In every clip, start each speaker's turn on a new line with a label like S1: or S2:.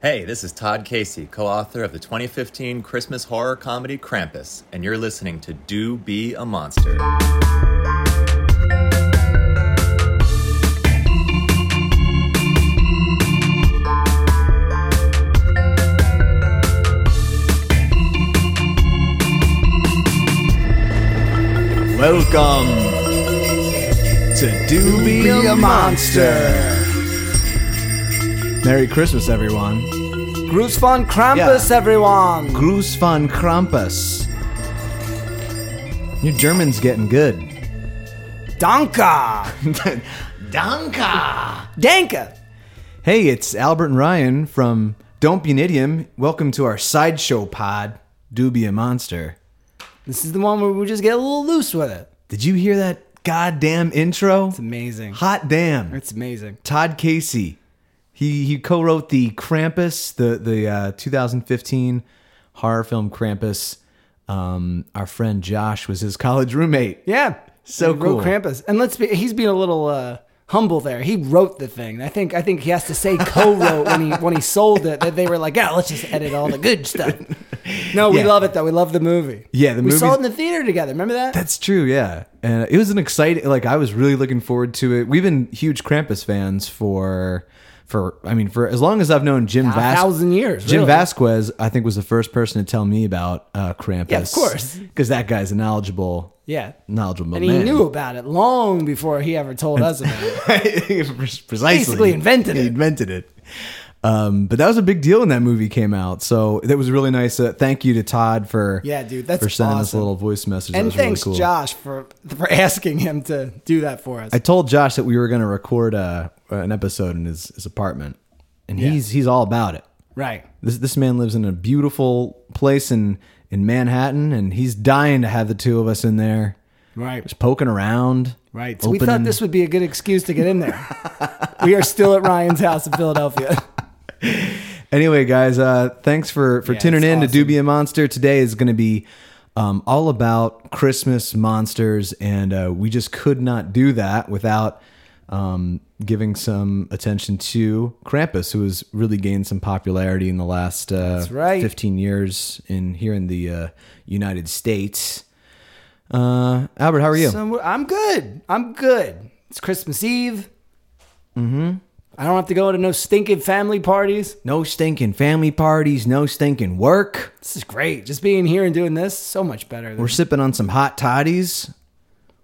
S1: Hey, this is Todd Casey, co author of the 2015 Christmas horror comedy Krampus, and you're listening to Do Be a Monster.
S2: Welcome to Do Be, a Monster. Merry Christmas, everyone.
S3: Gruß von Krampus,
S2: Yeah.
S3: everyone.
S2: Gruß von Krampus. Your German's getting good.
S3: Danke.
S2: Danke.
S3: Danke.
S2: Hey, it's Albert and Ryan from Don't Be an Idiom. Welcome to our sideshow pod, Do Be a Monster.
S3: This is the one where we just get a little loose with it.
S2: Did you hear that goddamn intro?
S3: It's amazing.
S2: Hot damn.
S3: It's amazing.
S2: Todd Casey. He he co-wrote the Krampus, the the uh, 2015 horror film Krampus. Um, our friend Josh was his college roommate.
S3: Yeah.
S2: So
S3: He
S2: cool.
S3: wrote Krampus. And let's be he's being a little uh humble there. He wrote the thing. I think I think he has to say co-wrote when he when he sold it that they were like, "Yeah, let's just edit all the good stuff." No, we
S2: Yeah.
S3: love it though. We love the movie.
S2: Yeah, the
S3: We saw
S2: movie's-
S3: it in the theater together. Remember that?
S2: That's true, yeah. And it was an exciting like I was really looking forward to it. We've been huge Krampus fans for for I mean for as long as I've known Jim
S3: A
S2: Vas-
S3: thousand years,
S2: Jim
S3: really.
S2: Vasquez I think was the first person to tell me about uh Krampus.
S3: Yeah, of course.
S2: Cuz that guy's a knowledgeable
S3: yeah.
S2: knowledgeable
S3: And he
S2: Oh, man.
S3: knew about it long before he ever told us about it.
S2: precisely
S3: Basically invented
S2: He
S3: it.
S2: invented it. Um, but that was a big deal when that movie came out. So that was really nice. Uh, thank you to Todd for
S3: Yeah, dude, that's
S2: for sending us a
S3: awesome.
S2: little voice message. That
S3: And
S2: was really
S3: thanks,
S2: cool.
S3: Josh, for for asking him to do that for us.
S2: I told Josh that we were going to record uh, an episode in his, his apartment, and he's he's all about it.
S3: right.
S2: This this man lives in a beautiful place in in Manhattan, and he's dying to have the two of us in there,
S3: Right.
S2: poking around.
S3: Right. So we thought
S2: opening-
S3: this would be a good excuse to get in there. we are still at Ryan's house in Philadelphia.
S2: Anyway, guys, uh, thanks for for
S3: Yeah,
S2: tuning
S3: it's
S2: in to
S3: awesome.
S2: Doobie and Monster. Today is going to be um, all about Christmas monsters, and uh, we just could not do that without um, giving some attention to Krampus, who has really gained some popularity in the last uh,
S3: right.
S2: 15 years in here in the uh, United States. Uh, Albert, how are you?
S3: So I'm good. I'm good. It's Christmas Eve. Mm-hmm.
S2: Mm-hmm.
S3: I don't have to go to no stinking family parties.
S2: no stinking family parties, no stinking work.
S3: This is great. Just being here and doing this, so much better. Than
S2: We're sipping on some hot toddies.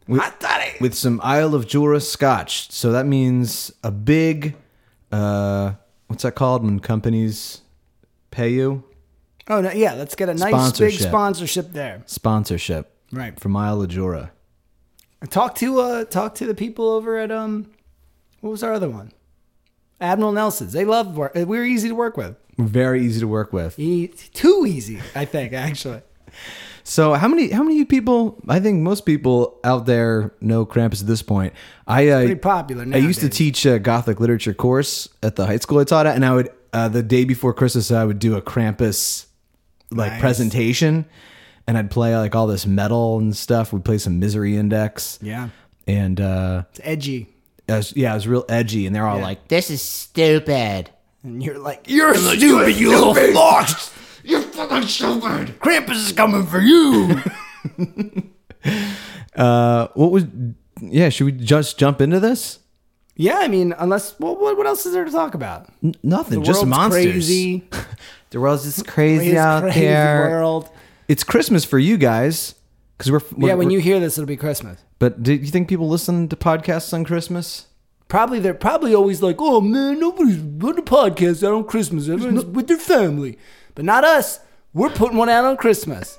S3: Hot toddy.
S2: with some Isle of Jura scotch. So that means a big, uh, what's that called when companies pay you?
S3: Oh no, yeah. Let's get a nice big
S2: Sponsorship.
S3: sponsorship there.
S2: Sponsorship.
S3: Right.
S2: From Isle of Jura.
S3: Talk to uh talk to the people over at um what was our other one? Admiral Nelson's. They love work. We were easy to work with.
S2: Very easy to work with.
S3: E- too easy, I think, actually.
S2: So how many how many people? I think most people out there know Krampus at this point. I uh,
S3: Pretty popular
S2: I used to
S3: nowadays.
S2: teach a Gothic literature course at the high school I taught at, and I would uh, the day before Christmas I would do a Krampus like
S3: Nice.
S2: presentation, and I'd play like all this metal and stuff. We'd play some Misery Index,
S3: Yeah.
S2: and uh,
S3: It's edgy.
S2: I was- yeah, it was real edgy, and they're all like,
S4: This is stupid.
S3: And you're like, you're, stupid, you little
S4: Lost! You're fucking stupid! Krampus is coming for you!
S2: uh, "What was? Yeah, should we just jump into this?
S3: Yeah, I mean, unless, well, what, what else is there to talk about?
S2: N- nothing, just
S3: World's
S2: monsters.
S3: Crazy.
S2: The world's just crazy
S3: Crazy
S2: out
S3: crazy
S2: there.
S3: world.
S2: it's Christmas for you guys because we're, we're
S3: yeah, when
S2: we're-
S3: you hear this, it'll be Christmas.
S2: But do you think people listen to podcasts on Christmas?
S3: Probably they're probably always like, oh man, nobody's on a podcast out on Christmas. Everyone's with their family. But not us. We're putting one out on Christmas.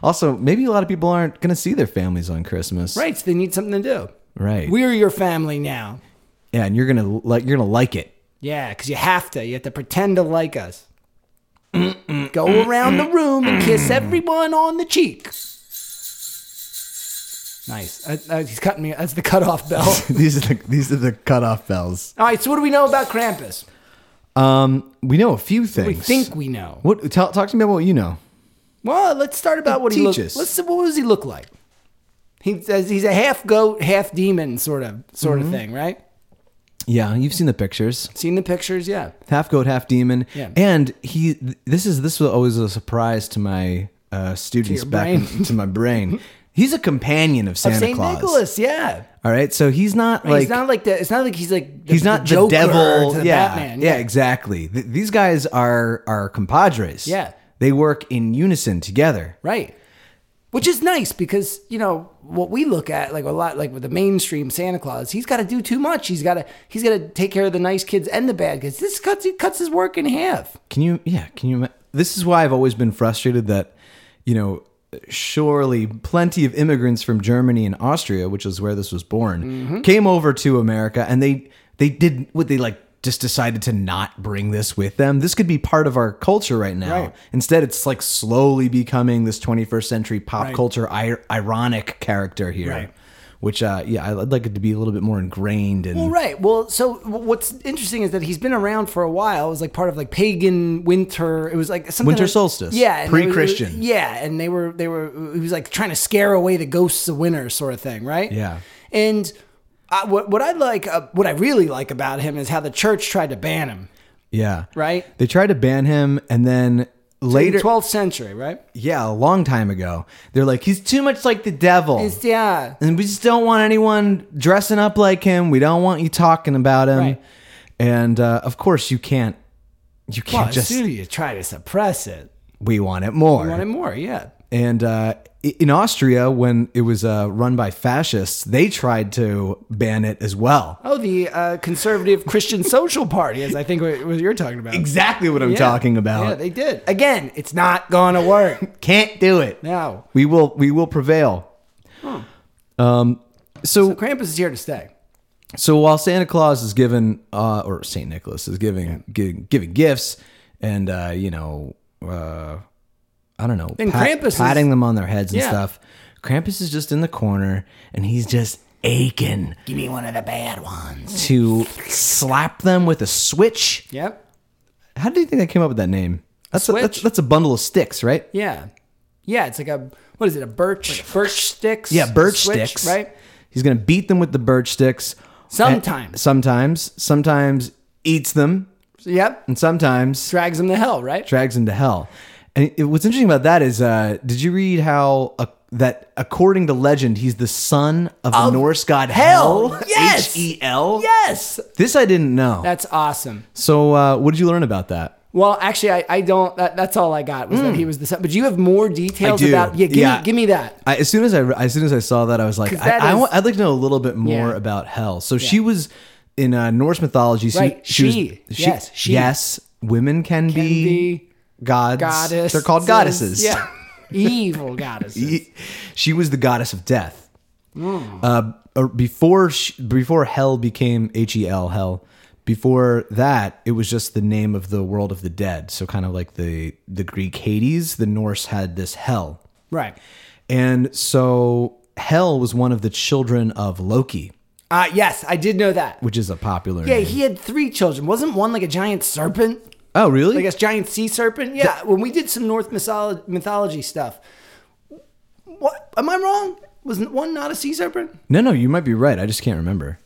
S2: Also, maybe a lot of people aren't going to see their families on Christmas,
S3: right, so they need something to do.
S2: Right.
S3: We're your family now.
S2: yeah, and you're gonna like you're gonna like it.
S3: Yeah, because you have to. You have to pretend to like us. Go around the room and kiss everyone on the cheek. Nice. I, I, he's cutting me. That's the cutoff bell.
S2: these are the these are the cutoff bells.
S3: All right. So what do we know about Krampus?
S2: Um, we know a few things.
S3: We think we know.
S2: What? Tell, talk to me about what you know.
S3: Well, let's start about what he
S2: Teach
S3: looks.
S2: us.
S3: Let's see what does he look like.
S2: Mm-hmm.
S3: He says he's a half goat, half demon sort of sort of thing, right?
S2: Yeah, you've seen the pictures.
S3: Seen the pictures? Yeah.
S2: half goat, half demon.
S3: Yeah.
S2: And he th- this is this was always a surprise to my uh, students
S3: your
S2: back
S3: brain.
S2: in- to my brain. He's a companion of Santa
S3: Saint
S2: Claus.
S3: Nicholas, yeah.
S2: All right, so he's not like
S3: he's not like the. It's not like he's like the,
S2: he's not the,
S3: Joker
S2: devil.
S3: to the
S2: yeah,
S3: Batman.
S2: yeah, exactly. Th- these guys are are compadres.
S3: Yeah.
S2: they work in unison together.
S3: Right. Which is nice because, you know, what we look at like a lot like with the mainstream Santa Claus, he's got to do too much. He's got to he's got to take care of the nice kids and the bad kids. This cuts he cuts his work in half.
S2: Can you? Yeah. Can you? ima- This is why I've always been frustrated that, you know, surely plenty of immigrants from Germany and Austria, which is where this was born,
S3: Mm-hmm.
S2: came over to America, and they they did what they like just decided to not bring this with them. This could be part of our culture right now.
S3: Right.
S2: Instead, it's like slowly becoming this 21st century pop culture I- ironic character here.
S3: Right.
S2: Which, uh, yeah, I'd like it to be a little bit more ingrained and
S3: Well, right. Well, so w- what's interesting is that he's been around for a while. It was like part of like pagan winter. It was like something
S2: Winter
S3: like-
S2: solstice.
S3: Yeah, and they were-
S2: Pre-Christian.
S3: Yeah, and they were they were he was like trying to scare away the ghosts of winter, sort of thing, right?
S2: Yeah.
S3: And I, what what I like, uh, what I really like about him is how the church tried to ban him.
S2: yeah,
S3: Right.
S2: They tried to ban him, and then later,
S3: 12th century, right?
S2: Yeah, a long time ago. They're like, he's too much like the devil.
S3: It's, yeah.
S2: and we just don't want anyone dressing up like him. We don't want you talking about him.
S3: Right.
S2: And uh, of course, you can't. You can't
S3: Well,
S2: just.
S3: as soon as you try to suppress it,
S2: We want it more.
S3: wanted more, yeah.
S2: And uh, i- in Austria, when it was uh, run by fascists, they tried to ban it as well.
S3: Oh, the uh, conservative Christian Social Party, as I think what what you're talking about.
S2: Exactly what I'm
S3: Yeah.
S2: talking about.
S3: Yeah, they did. Again, it's not going to work.
S2: can't do it.
S3: No.
S2: We will. We will prevail. Um. so
S3: Krampus is here to stay.
S2: So while Santa Claus is giving, uh, or Saint Nicholas is giving, gi- giving gifts, and uh, you know, uh, I don't know,
S3: And Krampus is-
S2: patting them on their heads and
S3: Yeah.
S2: stuff. Krampus is just in the corner, and he's just aching
S3: Give me one of the bad ones.
S2: to slap them with a switch.
S3: Yep.
S2: How do you think I came up with that name? That's a, that's,
S3: switch?
S2: that's a bundle of sticks, right?
S3: Yeah. Yeah, it's like a, what is it, a birch? birch sticks?
S2: Yeah, birch
S3: Switch,
S2: sticks.
S3: Right?
S2: He's gonna beat them with the birch sticks.
S3: Sometimes.
S2: sometimes, sometimes eats them,
S3: Yep.
S2: and sometimes
S3: Drags them to hell, right?
S2: drags him to hell. And it, what's interesting about that is, uh, did you read how uh, that according to legend, he's the son of the Norse god
S3: hell.
S2: Hel?
S3: Yes.
S2: H E L.
S3: yes.
S2: This I didn't know.
S3: That's awesome.
S2: so, uh, what did you learn about that?
S3: Well, actually, I, I don't. That, that's all I got was that he was the son. But you have more details
S2: Hmm. I do.
S3: about. Yeah, give,
S2: Yeah.
S3: Me, give me that.
S2: I, as soon as I re- as soon as I saw that, I was like,
S3: 'Cause
S2: I,
S3: that
S2: I
S3: is-
S2: want, I'd like to know a little bit more
S3: Yeah.
S2: about hell. So she was in uh, Norse mythology. She,
S3: Right.
S2: was-
S3: She. Yes, she.
S2: Yes. Women can, be,
S3: be
S2: gods.
S3: Goddess.
S2: E They're called goddesses.
S3: Yeah. Evil goddesses.
S2: Ye- she was the goddess of death.
S3: Hmm.
S2: Uh, or before she, before hell became H E L hell. Before that, it was just the name of the world of the dead. So kind of like the the Greek Hades, the Norse had this hell,
S3: Right.
S2: and so hell was one of the children of Loki,
S3: Uh, yes, I did know that.
S2: which is a popular.
S3: Yeah,
S2: name.
S3: he had three children. Wasn't one like a giant serpent?
S2: oh really?
S3: Like a giant sea serpent? Yeah. when we did some North mythology, mythology stuff, what am I wrong? Was one not a sea serpent?
S2: no, no, you might be right. I just can't remember.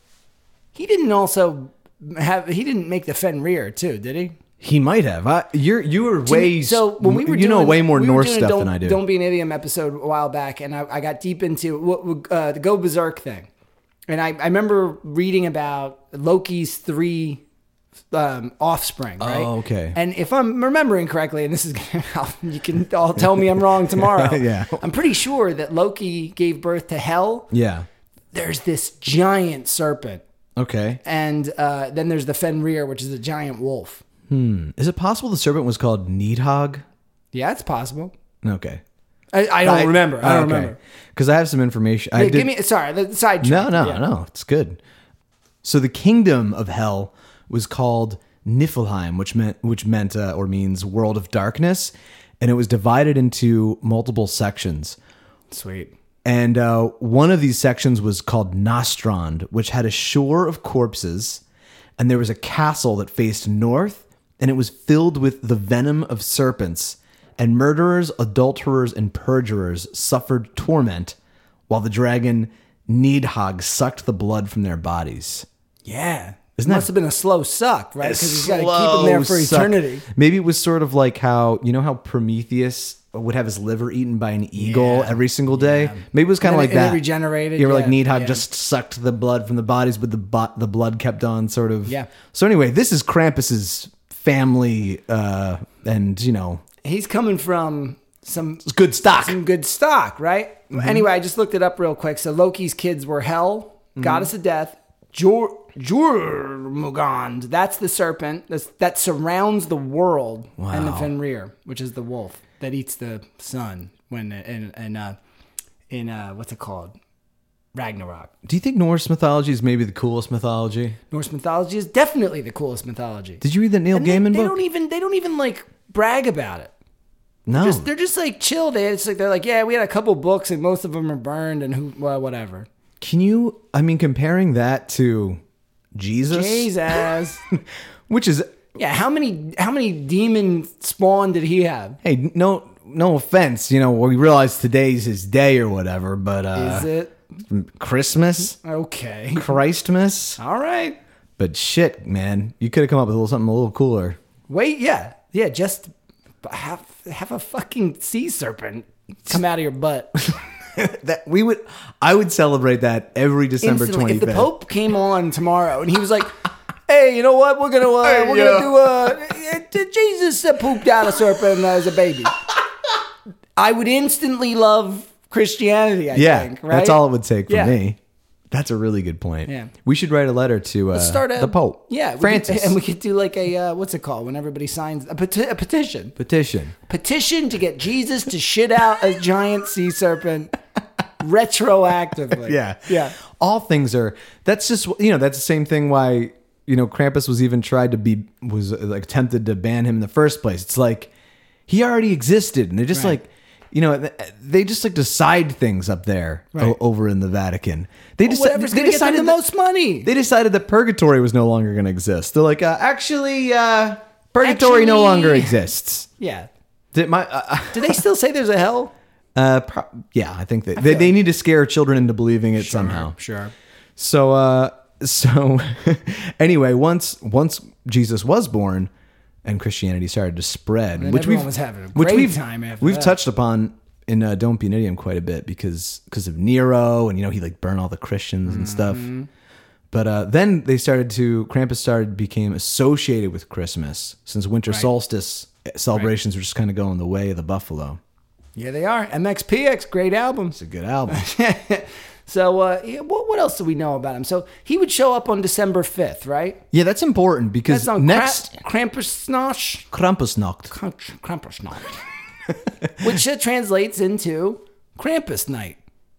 S3: He didn't also have. He didn't make the Fenrir too, did he?
S2: He might have. I, you're you were
S3: To me-
S2: way
S3: so when we were
S2: you know
S3: doing-
S2: way more
S3: we were
S2: Norse
S3: doing a
S2: stuff
S3: don't,
S2: than I do.
S3: Don't be an idiom episode a while back, and I, I got deep into what uh, the go berserk thing, and I, I remember reading about Loki's three um, offspring. Right?
S2: Oh, okay.
S3: And if I'm remembering correctly, and this is you can all tell me I'm wrong tomorrow.
S2: Yeah.
S3: I'm pretty sure that Loki gave birth to Hell.
S2: yeah.
S3: There's this giant serpent,
S2: Okay.
S3: and uh, then there's the Fenrir, which is a giant wolf.
S2: Is it possible the serpent was called Needhog?
S3: Yeah, it's possible.
S2: Okay.
S3: I, I don't remember. I don't remember.
S2: Because I have some information. I
S3: Yeah,
S2: did,
S3: give me sorry the side
S2: no, no, no. It's good. So the kingdom of hell was called Niflheim, which meant which meant uh, or means world of darkness, and it was divided into multiple sections.
S3: sweet
S2: And uh, one of these sections was called Nostrand, which had a shore of corpses, and there was a castle that faced north, and it was filled with the venom of serpents. And murderers, adulterers, and perjurers suffered torment, while the dragon Nidhogg sucked the blood from their bodies.
S3: yeah
S2: Isn't
S3: Must
S2: that
S3: have been a slow suck, right? Because he's got to keep him there for
S2: Slow suck.
S3: eternity.
S2: Maybe it was sort of like how you know how Prometheus would have his liver eaten by an eagle
S3: Yeah.
S2: every single day. Maybe it was kind of
S3: And
S2: like
S3: it- and it
S2: that.
S3: regenerated,
S2: You ever like
S3: yeah,
S2: Needhog
S3: yeah.
S2: just sucked the blood from the bodies, but the bo- the blood kept on sort of.
S3: Yeah.
S2: So anyway, this is Krampus's family, uh, and you know,
S3: He's coming from some
S2: it's good stock.
S3: some good stock, right?
S2: Mm-hmm.
S3: Anyway, I just looked it up real quick. So Loki's kids were Hel,
S2: Mm-hmm.
S3: goddess of death, Jor Jormungand. That's the serpent that's, that surrounds the world, and the
S2: Wow.
S3: Fenrir, which is the wolf that eats the sun when in in uh, in uh, what's it called? Ragnarok.
S2: Do you think Norse mythology is maybe the coolest mythology?
S3: Norse mythology is definitely the coolest mythology.
S2: Did you read the Neil
S3: And they,
S2: Gaiman
S3: they
S2: book?
S3: don't even they don't even like brag about it.
S2: no.
S3: Just- they're just like chill. They it's like they're like yeah, we had a couple books and most of them are burned and who well whatever.
S2: Can you? I mean, comparing that to Jesus,
S3: Jesus.
S2: which is
S3: yeah, how many how many demon spawn did he have?
S2: hey, no, no offense. You know, we realize today's his day or whatever, but uh,
S3: Is it
S2: Christmas,
S3: okay?
S2: Christmas.
S3: All right.
S2: But shit, man, you could have come up with a little something a little cooler.
S3: Wait, yeah, yeah. Just have have a fucking sea serpent come out of your butt.
S2: That we would, I would celebrate that every December
S3: Instantly.
S2: twenty
S3: If the
S2: fifth.
S3: Pope came on tomorrow and he was like. Hey, you know what? We're gonna uh, we're
S2: yeah.
S3: gonna do uh, uh, Jesus uh, pooped out a serpent as a baby. I would instantly love Christianity. I
S2: Yeah,
S3: think, right?
S2: that's all it would take for
S3: Yeah.
S2: me. That's a really good point.
S3: Yeah.
S2: we should write a letter to uh,
S3: start a,
S2: the Pope.
S3: Yeah, we could-
S2: Francis,
S3: and we could do like a uh, what's it called when everybody signs a, peti- a petition,
S2: petition.
S3: petition to get Jesus to shit out a giant sea serpent retroactively.
S2: yeah.
S3: yeah.
S2: All things are that's just you know, that's the same thing why you know Krampus was even tried to be was uh, like tempted to ban him in the first place. It's like he already existed and they're just
S3: Right.
S2: like you know, th- they just like decide things up there o-
S3: Right.
S2: over in the Vatican. They just
S3: Whatever's
S2: they
S3: gonna get them
S2: decided
S3: the
S2: that-
S3: most money.
S2: They decided that purgatory was no longer going to exist. They're like, uh, actually, uh, purgatory no
S3: Actually-
S2: longer exists.
S3: yeah.
S2: Did my uh,
S3: Do they still say there's a hell?
S2: uh, pro- yeah, I think that they, they need to scare children into believing it somehow.
S3: Sure.
S2: So uh so anyway, once once Jesus was born and Christianity started to spread, which
S3: everyone
S2: we've
S3: was having a
S2: which
S3: great
S2: we've,
S3: time after
S2: we've
S3: that.
S2: touched upon in uh, Don't Be an Idiom quite a bit because because of Nero and you know he like burned all the Christians and stuff.
S3: Mm-hmm.
S2: But uh, then they started to Krampus started became associated with Christmas since winter solstice eh, celebrations were just kind of going the way of the buffalo.
S3: Yeah, they are. MXPX, great albums.
S2: It's a good album.
S3: So, uh, yeah, what, what else do we know about him? So, he would show up on December 5th, right?
S2: yeah, that's important because
S3: That's on
S2: next
S3: Kra- Krampusnacht.
S2: Krampusnacht.
S3: Kramp- Krampusnacht, which uh, translates into Krampus night.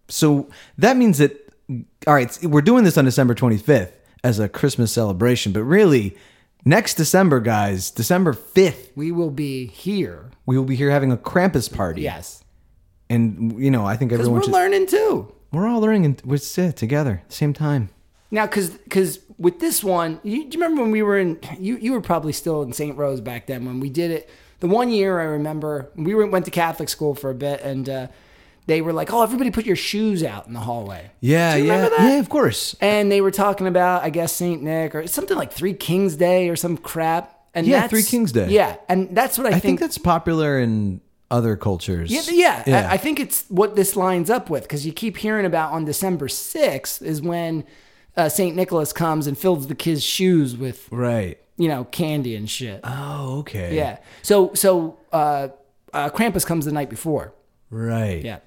S2: So that means that all right, we're doing this on December 25th as a Christmas celebration, but really next December, guys, December 5th,
S3: We will be here.
S2: we will be here having a Krampus party.
S3: Yes,
S2: And you know, I think
S3: because
S2: everyone
S3: we're
S2: should
S3: learning too.
S2: We're all learning and we're sit together at the same time.
S3: Now, because with this one, you, do you remember when we were in? You you were probably still in St. Rose back then when we did it. The one year I remember, we were, went to Catholic school for a bit, and uh, they were like, "Oh, everybody, put your shoes out in the hallway."
S2: Yeah,
S3: Do you
S2: yeah.
S3: remember that?
S2: Yeah, of course.
S3: And they were talking about, I guess, Saint Nick or something like Three Kings Day or some crap. And
S2: Yeah,
S3: that's-
S2: Three Kings Day.
S3: Yeah, and that's what I,
S2: I
S3: think
S2: think that's popular in other cultures.
S3: Yeah, yeah. I, I think it's what this lines up with because you keep hearing about on December 6th is when uh, St. Nicholas comes and fills the kids' shoes with,
S2: right.
S3: you know, candy and shit.
S2: Oh, okay.
S3: yeah. So, so uh, uh, Krampus comes the night before.
S2: Right.
S3: Yeah.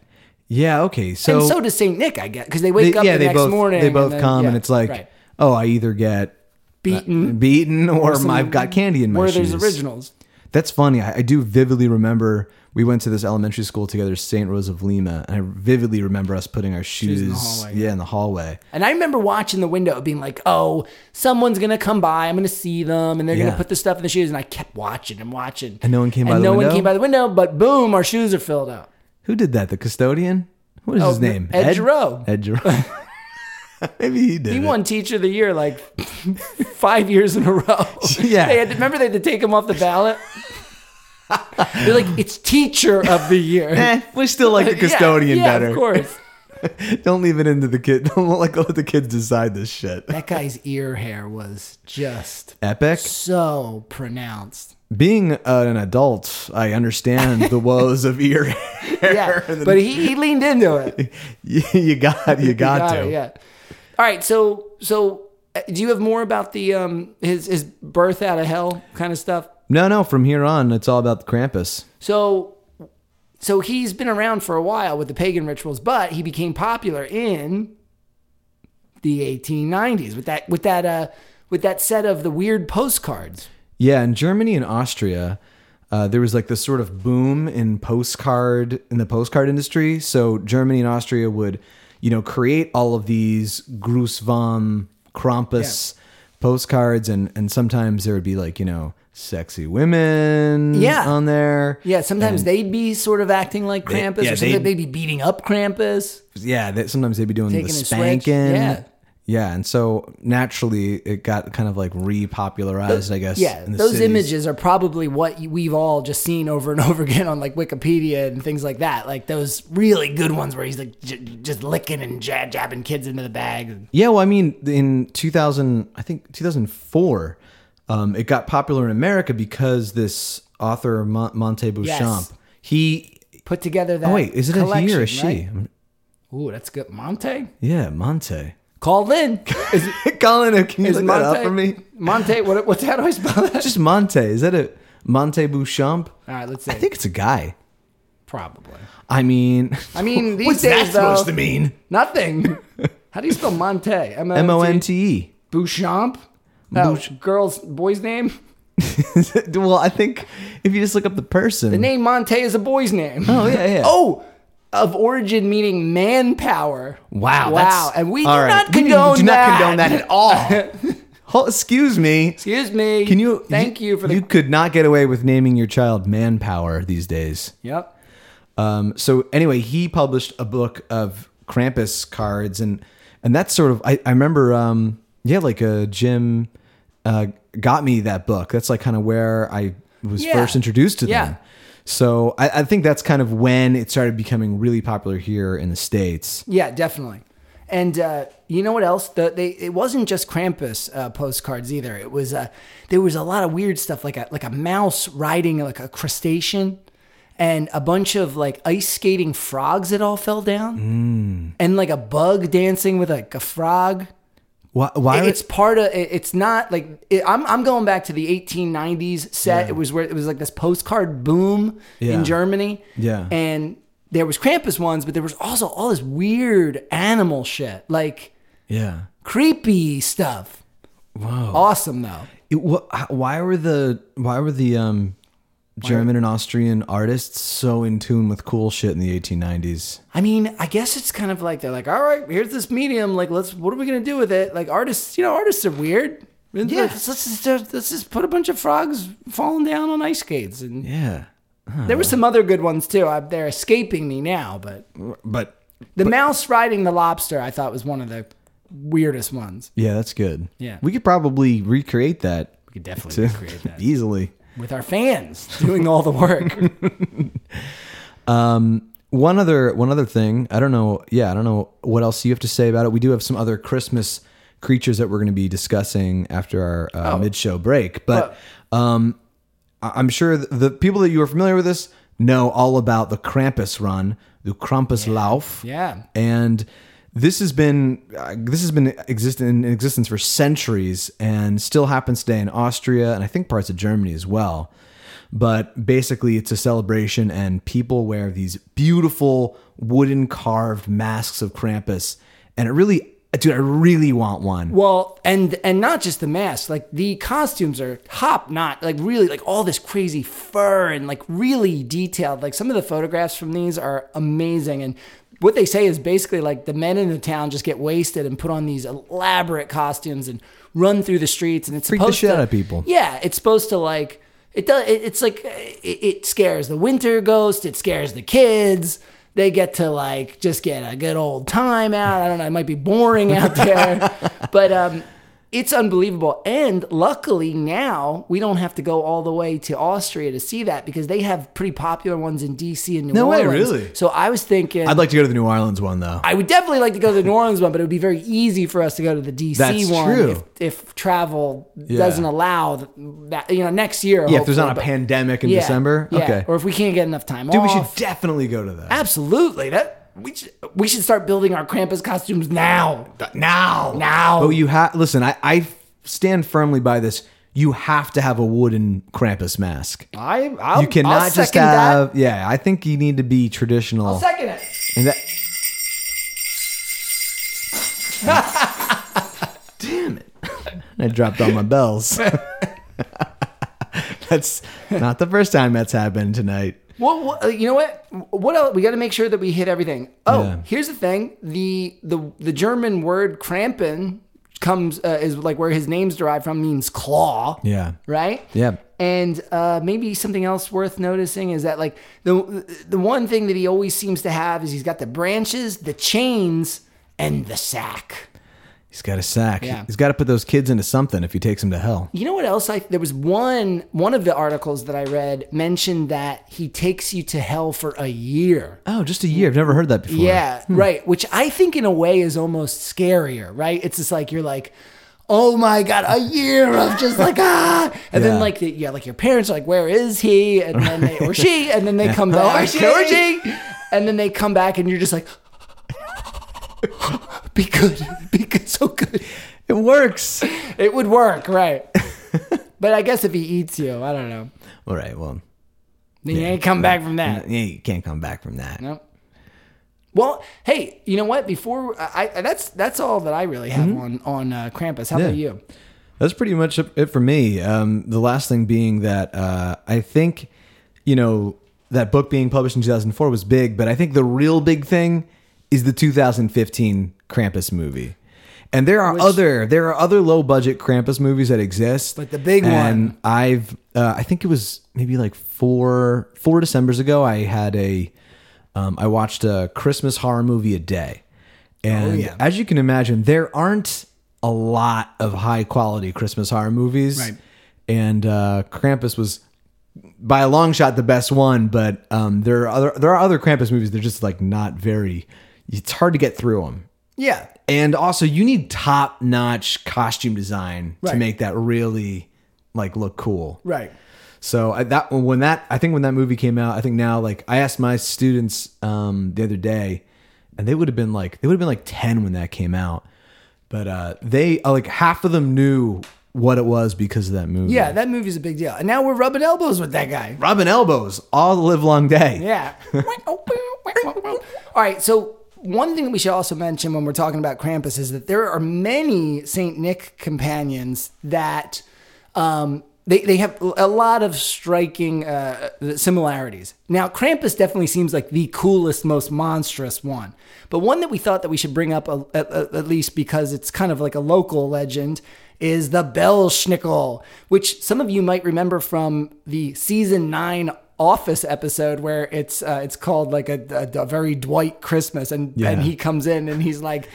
S2: Yeah, okay. So
S3: and so does St. Nick, I guess, because they wake
S2: they-
S3: up
S2: yeah,
S3: the
S2: they
S3: next
S2: both
S3: morning.
S2: they both
S3: then-
S2: come
S3: yeah,
S2: and it's like,
S3: right.
S2: oh, I either get
S3: beaten
S2: beaten or,
S3: Mm-hmm. some
S2: I've got candy in my
S3: Werther's
S2: shoes.
S3: originals.
S2: That's funny. I, I do vividly remember we went to this elementary school together, St. Rose of Lima, and I vividly remember us putting our shoes,
S3: in the hallway,
S2: yeah, in the hallway.
S3: And I remember watching the window being like, oh, someone's going to come by. I'm going to see them and they're going
S2: Yeah.
S3: to put the stuff in the shoes. And I kept watching and watching.
S2: And no one came by the
S3: And no
S2: window?
S3: one came by the window, but boom, our shoes are filled up.
S2: Who did that? The custodian? What is
S3: Oh,
S2: his name?
S3: Ed Giroux.
S2: Ed Giroux. Maybe he did.
S3: He
S2: it.
S3: won Teacher of the Year like five years in a row.
S2: Yeah.
S3: They had to, remember they had to take him off the ballot? They're like, it's Teacher of the Year.
S2: Eh, we still like the
S3: Yeah,
S2: custodian
S3: yeah,
S2: better.
S3: Of course.
S2: Don't leave it into the kid. Don't like let the kids decide this shit.
S3: That guy's ear hair was just
S2: Epic.
S3: so pronounced.
S2: Being uh, an adult, I understand the woes of ear hair.
S3: Yeah,
S2: and the-
S3: but he, he leaned into it.
S2: you, you got you got,
S3: Got
S2: to.
S3: it, yeah. All right. So so uh, do you have more about the um his his birth out of hell kind of stuff?
S2: No, no. From here on, it's all about the Krampus.
S3: So so he's been around for a while with the pagan rituals, but he became popular in the 1890s with that with that uh with that set of the weird postcards.
S2: Yeah, in Germany and Austria, uh, there was like this sort of boom in postcard in the postcard industry. So Germany and Austria would, you know, create all of these Gruß vom Krampus postcards, and and sometimes there would be like you know sexy women
S3: Yeah.
S2: on there.
S3: Yeah, sometimes they'd be sort of acting like Krampus,
S2: yeah,
S3: or sometimes
S2: they'd-
S3: they'd be beating up Krampus.
S2: yeah. They, sometimes they'd be doing the
S3: Taking a switch,
S2: spanking.
S3: yeah.
S2: Yeah, and so naturally it got kind of like repopularized, I guess.
S3: Yeah,
S2: in the
S3: those
S2: cities.
S3: images are probably what y- we've all just seen over and over again on like Wikipedia and things like that. Like those really good ones where he's like j- just licking and jab jabbing kids into the bag.
S2: Yeah, well, I mean, in 2000, I think 2004, um, it got popular in America because this author Mon- Monte Beauchamp, he.
S3: Put together that.
S2: Oh wait, is it a he or
S3: collection,
S2: a she?
S3: right? Ooh, that's good. Monte
S2: Yeah, Monte.
S3: called in. Is,
S2: Colin, can you
S3: is
S2: look
S3: Monte
S2: that up for me?
S3: Monte, what, what's how do I spell that?
S2: Just Monte. Is that a Monte Beauchamp?
S3: All right, let's see.
S2: I think it's a guy.
S3: probably.
S2: I mean,
S3: I mean, these
S2: what's that
S3: days though,
S2: supposed to mean?
S3: nothing. How do you spell Monte? M
S2: M O N T E.
S3: Bouchamp. Oh,
S2: Bouch-
S3: girl's boy's name.
S2: E. Well, I think if you just look up the person,
S3: The name Monte is a boy's name.
S2: Oh yeah, yeah.
S3: Oh, of origin meaning manpower.
S2: Wow,
S3: Wow.
S2: that's-
S3: and we do
S2: all right.
S3: not
S2: We do
S3: condone
S2: not
S3: that.
S2: condone that at
S3: all.
S2: Ho- excuse me.
S3: Excuse me.
S2: Can you?
S3: Thank you, for the.
S2: You could not get away with naming your child manpower these days.
S3: yep.
S2: Um, so anyway, he published a book of Krampus cards, and and that's sort of I, I remember. Um, yeah, like uh, Jim uh, got me that book. That's like kind of where I was
S3: Yeah.
S2: first introduced to
S3: Yeah.
S2: them. So I, I think that's kind of when it started becoming really popular here in the states.
S3: Yeah, definitely. And uh, you know what else? The, they it wasn't just Krampus uh, postcards either. It was uh, there was a lot of weird stuff like a like a mouse riding like a crustacean, and a bunch of like ice skating frogs that all fell down, mm. and like a bug dancing with like a frog.
S2: Why? why
S3: It- it's part of it- it's not like it, I'm I'm going back to the 1890s set. It was where it was like this postcard boom
S2: Yeah.
S3: in Germany.
S2: Yeah.
S3: and there was Krampus ones, but there was also all this weird animal shit, like
S2: yeah.
S3: creepy stuff. Wow, awesome though.
S2: It, wh- why were the why were the um, German and Austrian artists so in tune with cool shit in the 1890s?
S3: I mean, I guess it's kind of like they're like, all right, here's this medium. Like, let's what are we gonna do with it? Like artists, you know, artists are weird.
S2: Yeah.
S3: Let's, let's, just, let's just put a bunch of frogs falling down on ice skates and
S2: Yeah,
S3: There were some other good ones too. I, they're escaping me now, but
S2: but
S3: the mouse riding the lobster I thought was one of the weirdest ones.
S2: yeah, that's good.
S3: Yeah.
S2: we could probably recreate that
S3: We could definitely
S2: to-
S3: recreate that
S2: easily.
S3: with our fans doing all the work.
S2: One other one other thing. I don't know. Yeah, I don't know what else you have to say about it. We do have some other Christmas creatures that we're going to be discussing after our uh,
S3: Oh.
S2: mid-show break, but um, I- I'm sure th- the people that you are familiar with this know all about the Krampus run, the Krampus Lauf.
S3: yeah.
S2: and this has been uh, this has been exist- in existence for centuries and still happens today in Austria and I think parts of Germany as well. But basically, it's a celebration, and people wear these beautiful wooden carved masks of Krampus, and it really, dude, I really want one.
S3: Well, and and not just the mask, like the costumes are top knot, like really like all this crazy fur and like really detailed. Like some of the photographs from these are amazing and what they say is basically like the men in the town just get wasted and put on these elaborate costumes and run through the streets and it's
S2: Freak the
S3: supposed
S2: shit
S3: to,
S2: out of people.
S3: Yeah, it's supposed to like it does. It, it's like it, it scares the winter ghost. It scares the kids. They get to like just get a good old time out. I don't know. It might be boring out there, but um, It's unbelievable. And luckily now we don't have to go all the way to Austria to see that because they have pretty popular ones in DC and New
S2: No way,
S3: Orleans.
S2: really?
S3: So I was thinking
S2: I'd like to go to the New Orleans one though.
S3: I would definitely like to go to the New Orleans one, but it would be very easy for us to go to the DC
S2: That's
S3: one
S2: true.
S3: If, if travel doesn't allow th- that. You know, next year.
S2: yeah, if there's not a
S3: hopefully, but-
S2: pandemic in
S3: Yeah,
S2: December.
S3: yeah.
S2: Okay.
S3: Or if we can't get enough time
S2: Dude, we
S3: off.
S2: should definitely go to that.
S3: absolutely that we should, we should start building our Krampus costumes now.
S2: Now.
S3: Now.
S2: But Oh, you have listen, I, I stand firmly by this. You have to have a wooden Krampus mask.
S3: I I'll,
S2: you cannot
S3: I'll
S2: just
S3: second
S2: have yeah, I think you need to be
S3: That.
S2: traditional.
S3: Second it.
S2: and that Damn it. I dropped all my bells. that's not the first time that's happened tonight.
S3: Well, what, uh, you know what? What else? We got to make sure that we hit everything. Oh,
S2: Yeah.
S3: here's the thing: the the the German word "Krampen" comes uh, is like where his name's derived from, means claw.
S2: Yeah.
S3: Right.
S2: Yeah.
S3: And uh, maybe something else worth noticing is that like the the one thing that he always seems to have is he's got the branches, the chains, and the sack.
S2: He's got a sack.
S3: Yeah.
S2: He's got to put those kids into something if he takes them to hell.
S3: You know what else? I there was one one of the articles that I read mentioned that he takes you to hell for a year.
S2: Oh, just a year. I've never heard that before.
S3: Yeah, right. Which I think in a way is almost scarier, right? It's just like you're like, oh my god, a year of just like ah, and
S2: Yeah.
S3: then like the, yeah, like your parents are like, where is he? And then they or she, and then they come back,
S2: Or she.
S3: Or she. and then they come back, and you're just like, be good, be good, so good.
S2: It works.
S3: It would work, right? But I guess if he eats you, I don't know.
S2: All right. Well,
S3: Then you ain't come back from that.
S2: yeah, you can't come back from that.
S3: No. Well, hey, you know what? Before I, I that's that's all that I really have on on uh, Krampus. How about
S2: Yeah.
S3: you?
S2: That's pretty much it for me. Um, the last thing being that uh, I think, you know, that book being published in 2004 was big, but I think the real big thing is the 2015 Krampus movie. And there are other there are other low budget Krampus movies that exist,
S3: But the big
S2: And
S3: one.
S2: I've uh, I think it was maybe like four four December's ago. I had a um, I watched a Christmas horror movie a day, and as you can imagine, there aren't a lot of high quality Christmas horror movies.
S3: Right.
S2: And uh, Krampus was by a long shot the best one, but um, there are other there are other Krampus movies. They're just like not very. It's hard to get through them.
S3: Yeah,
S2: And also, you need top notch costume design to
S3: Right.
S2: make that really like look cool.
S3: right.
S2: So I, that when that I think when that movie came out, I think now like I asked my students um, the other day, and they would have been like they would have been like ten when that came out, but uh, they uh, like half of them knew what it was because of that movie.
S3: Yeah, that movie's a big deal. And now we're rubbing elbows with that guy.
S2: rubbing elbows all the live long day.
S3: Yeah. all right. So one thing that we should also mention when we're talking about Krampus is that there are many Saint Nick companions that um, they they have a lot of striking uh, similarities. Now Krampus definitely seems like the coolest, most monstrous one, but one that we thought that we should bring up a, at, at- at least because it's kind of like a local legend. Is the Belschnickel, which some of you might remember from the season nine office episode where it's uh, it's called like a, a, a very Dwight Christmas, and and he comes in and he's like,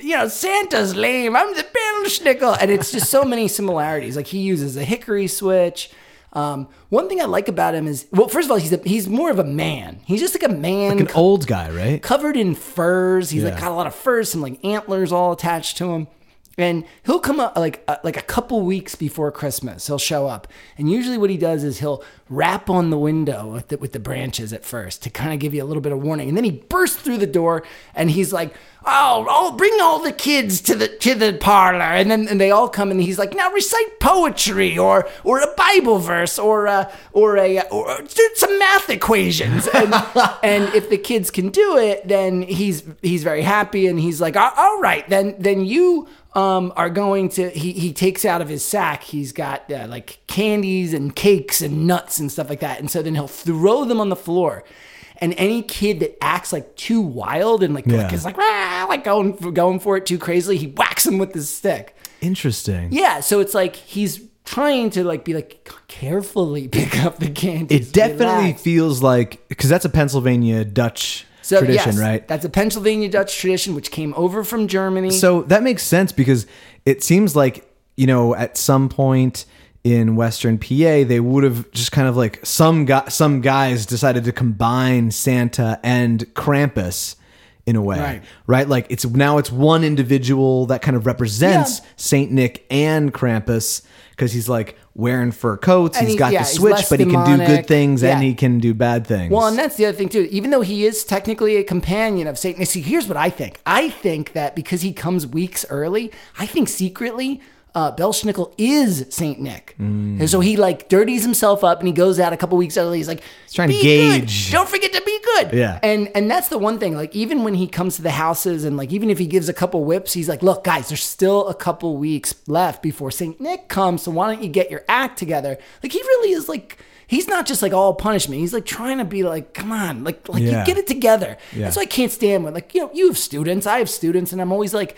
S3: you know, Santa's lame. I'm the Belschnickel, and it's just so many similarities. Like he uses a hickory switch. Um, one thing I like about him is, well, first of all, he's a, he's more of a man. He's just like a man
S2: An old guy, right?
S3: covered in furs. He's like
S2: Yeah.
S3: got a lot of furs, some like antlers all attached to him. And he'll come up like uh, like a couple weeks before Christmas. He'll show up, and usually what he does is he'll rap on the window with the, with the branches at first to kind of give you a little bit of warning, and then he bursts through the door, and he's like, "Oh, oh, bring all the kids to the to the parlor," and then and they all come, and he's like, "Now recite poetry or or a Bible verse or a or a or, or do some math equations." And, and if the kids can do it, then he's he's very happy, and he's like, "All- "All right, then then you." Um, are going to he, he takes out of his sack he's got uh, like candies and cakes and nuts and stuff like that and so then he'll throw them on the floor and any kid that acts like too wild and like,
S2: Yeah.
S3: is like "Rah," like going going for it too crazily, he whacks him with his stick.
S2: Interesting.
S3: Yeah, so it's like he's trying to like be like carefully pick up the candy.
S2: It definitely feels like because that's a Pennsylvania Dutch
S3: So,
S2: tradition,
S3: yes,
S2: right?
S3: That's a Pennsylvania Dutch tradition, which came over from Germany.
S2: So that makes sense because it seems like, you know, at some point in Western PA, they would have just kind of like some guy, some guys decided to combine Santa and Krampus in a way,
S3: Right.
S2: Like it's now it's one individual that kind of represents
S3: Yeah.
S2: Saint Nick and Krampus because he's like wearing fur coats,
S3: And
S2: he's
S3: he-
S2: got
S3: yeah,
S2: the
S3: he's
S2: switch,
S3: less
S2: but he can do good
S3: demonic.
S2: things and
S3: Yeah.
S2: he can do bad things.
S3: Well, and that's the other thing too. Even though he is technically a companion of Satan, see, here's what I think. I think that because he comes weeks early, I think secretly. Uh, Belschnickel is Saint Nick,
S2: Mm.
S3: and so he like dirties himself up, and he goes out a couple weeks early. He's like, he's
S2: trying to gauge."
S3: Don't forget to be good.
S2: Yeah.
S3: and and that's the one thing. Like even when he comes to the houses, and like even if he gives a couple whips, he's like, look, guys, there's still a couple weeks left before Saint Nick comes, so why don't you get your act together? Like he really is like he's not just like all punishment. He's like trying to be like, come on, like like
S2: Yeah.
S3: you get it together.
S2: Yeah.
S3: That's why I can't stand when like you know you have students, I have students, and I'm always like.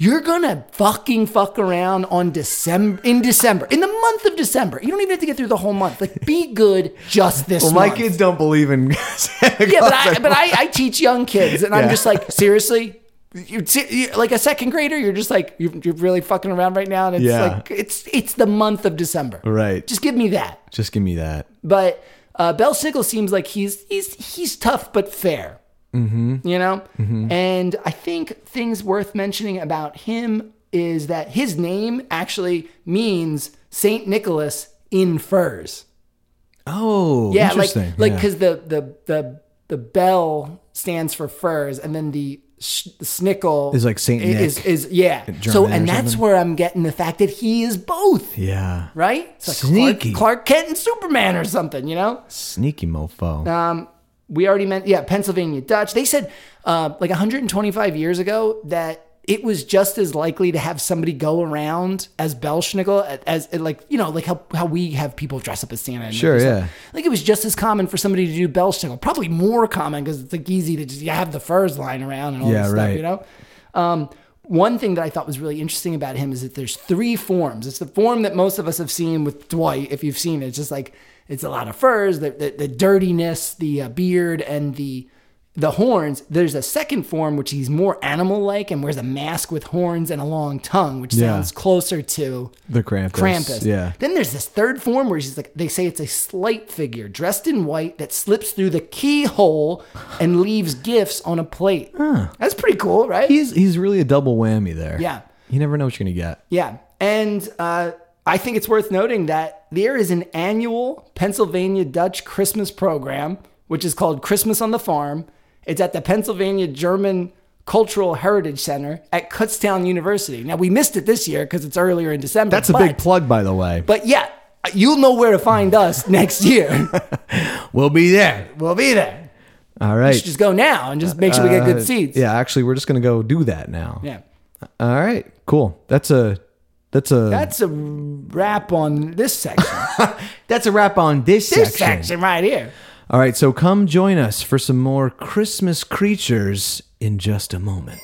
S3: You're gonna fucking fuck around on December in December in the month of December. You don't even have to get through the whole month. Like, be good just this.
S2: Well, my
S3: month.
S2: kids don't believe in Santa
S3: Yeah, but
S2: Claus
S3: I, but I, I teach young kids, and
S2: Yeah.
S3: I'm just like, seriously, you, you like a second grader, you're just like, you're, you're really fucking around right now, and it's
S2: Yeah.
S3: like, it's it's the month of December,
S2: Right.
S3: Just give me that.
S2: Just give me that.
S3: But uh, Bell Sickle seems like he's he's he's tough but fair, mm-hmm. you know. And I think things worth mentioning about him is that his name actually means Saint Nicholas in furs
S2: Oh,
S3: yeah, like
S2: interesting.
S3: like
S2: Yeah.
S3: because the the the the bell stands for furs, and then the, sh- the snickle
S2: Is like Saint
S3: i- Is,
S2: Nick
S3: is yeah. so
S2: or
S3: and that's
S2: something?
S3: where I'm getting the fact that he is both
S2: Yeah.
S3: right. It's like
S2: Sneaky.
S3: Clark, Clark Kent and Superman or something. You know,
S2: Sneaky mofo.
S3: we already meant yeah Pennsylvania Dutch. They said uh, like 125 years ago that. It was just as likely to have somebody go around as Belschnickel as, as like you know like how, how we have people dress up as Santa. and
S2: sure,
S3: everything.
S2: yeah.
S3: Like it was just as common for somebody to do bell signal, probably more common because it's like easy to just you have the furs lying around and all
S2: Yeah,
S3: this
S2: right.
S3: stuff, you know. Um, one thing that I thought was really interesting about him is that there's three forms. It's the form that most of us have seen with Dwight, if you've seen it. It's just like it's a lot of furs, the the, the dirtiness, the uh, beard, and the the horns. There's a second form which he's more animal-like and wears a mask with horns and a long tongue, which
S2: Yeah.
S3: sounds closer to
S2: The Krampus.
S3: Krampus.
S2: Yeah.
S3: Then there's this third form where she's like, they say it's a slight figure dressed in white that slips through the keyhole and leaves gifts on a plate. That's pretty cool, right?
S2: He's he's really a double whammy there.
S3: Yeah.
S2: You never know what you're gonna get.
S3: yeah. And uh, I think it's worth noting that there is an annual Pennsylvania Dutch Christmas program, which is called Christmas on the Farm. It's at the Pennsylvania German Cultural Heritage Center at Kutztown University. Now, we missed it this year because it's earlier in December.
S2: That's a
S3: but-
S2: big plug, by the way.
S3: But yeah, you'll know where to find us next year.
S2: We'll be there.
S3: We'll be there.
S2: All right.
S3: Just go now and just make sure we get
S2: Uh,
S3: good seats.
S2: Yeah, actually we're just gonna go do that now.
S3: Yeah.
S2: All right. Cool. That's a that's a
S3: That's a wrap on this section.
S2: that's a wrap on this,
S3: this section right here.
S2: All right, so come join us for some more Christmas creatures in just a moment.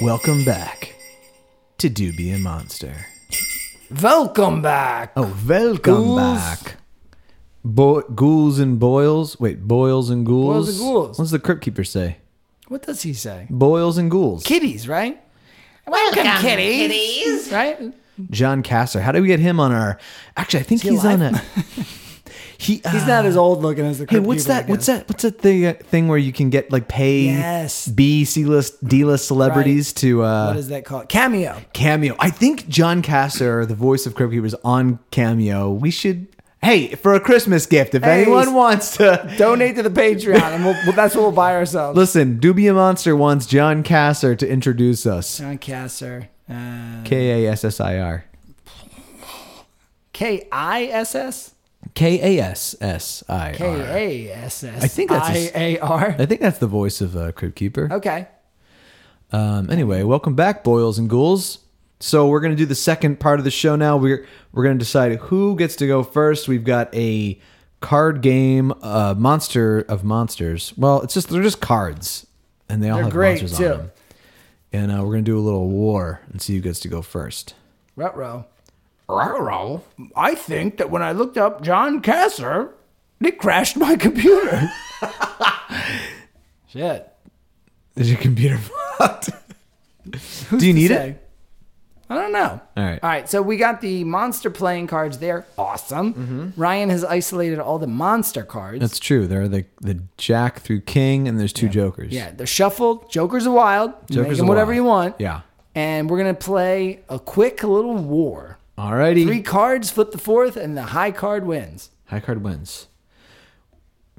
S2: Welcome back to Doobie and Monster.
S3: Welcome back.
S2: Oh, welcome
S3: Ghouls.
S2: back. Bo- ghouls and boils. Wait, boils and ghouls.
S3: Boils and ghouls.
S2: What's the crypt keeper say?
S3: What does he say?
S2: Boils and ghouls.
S3: Kitties, right? Welcome, kitties. Right?
S2: John Castor. How do we get him on our? Actually, I think
S3: he
S2: he's
S3: alive?
S2: on a. he. Uh,
S3: He's not as old looking as the
S2: Hey,
S3: Crypt
S2: what's
S3: Keeper, I
S2: that? What's
S3: guess.
S2: that? What's that thing, uh, thing where you can get like pay
S3: Yes.
S2: B, C list, D list celebrities to uh,
S3: What is that called? Cameo.
S2: cameo. I think John Castor, the voice of Crypt Keeper, is on cameo. We should. Hey, for a Christmas gift, if
S3: Hey.
S2: anyone wants to
S3: Donate to the Patreon, and we'll, well, that's what we'll buy ourselves.
S2: listen, Doobie and Monster wants John Castor to introduce us.
S3: John Kasser. Uh,
S2: K A S S I R.
S3: K I S S?
S2: K A S S I
S3: K
S2: R.
S3: A S S.
S2: I think that's
S3: I
S2: a-
S3: A R.
S2: I think that's the voice of uh, Crypt Keeper.
S3: Okay.
S2: Um, anyway, welcome back, Boils and Ghouls. So we're gonna do the second part of the show now. We're we're gonna decide who gets to go first. We've got a card game, uh, monster of monsters. Well, it's just they're just cards, and they all
S3: They're
S2: have
S3: great,
S2: monsters
S3: too.
S2: on them. And uh, we're gonna do a little war and see who gets to go first.
S3: Rutrow.
S4: Ruh-roh.
S3: I think that when I looked up John Kasser, it crashed my computer. Shit.
S2: Is your computer fucked? do you need it?
S3: say? I don't know.
S2: All right.
S3: All right. So we got the monster playing cards there. Awesome. Ryan has isolated all the monster cards.
S2: Mm-hmm. That's true. There are the the Jack through King, and there's two Jokers.
S3: yeah. They're shuffled. Jokers are wild. Jokers Make
S2: Jokers
S3: them
S2: are
S3: whatever
S2: wild.
S3: you want.
S2: Yeah.
S3: And we're going to play a quick little war.
S2: Alrighty.
S3: Three cards, flip the fourth, and the high card wins.
S2: High card wins.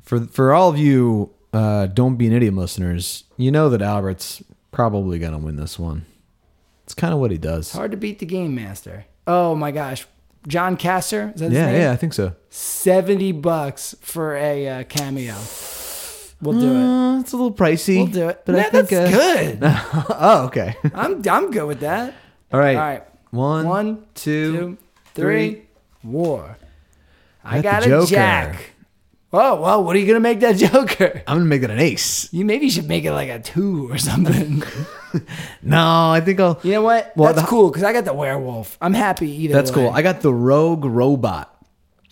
S2: For for all of you uh, don't be an idiom listeners, you know that Albert's probably gonna win this one. It's kind of what he does.
S3: Hard to beat the game master. Oh my gosh. John Kasser, is that his
S2: Yeah,
S3: name?
S2: yeah, I think so.
S3: 70 bucks for a uh, cameo. We'll do it.
S2: Uh, it's a little pricey.
S3: We'll do it.
S2: but I
S3: Nah,
S2: think
S3: that's
S2: uh,
S3: good.
S2: oh, okay.
S3: I'm, I'm good with that.
S2: all right.
S3: All right.
S2: One,
S3: One,
S2: two,
S3: Two,
S2: three.
S3: three, war. I
S2: I got
S3: got
S2: the
S3: a
S2: Joker.
S3: jack. Oh, well, what are you going to make that joker?
S2: I'm gonna make that an ace.
S3: You maybe should make it like a two or something.
S2: No, I think I'll.
S3: you know what?
S2: Well,
S3: that's
S2: the-
S3: cool because I got the werewolf. I'm happy either.
S2: That's cool.
S3: way.
S2: I got the rogue robot,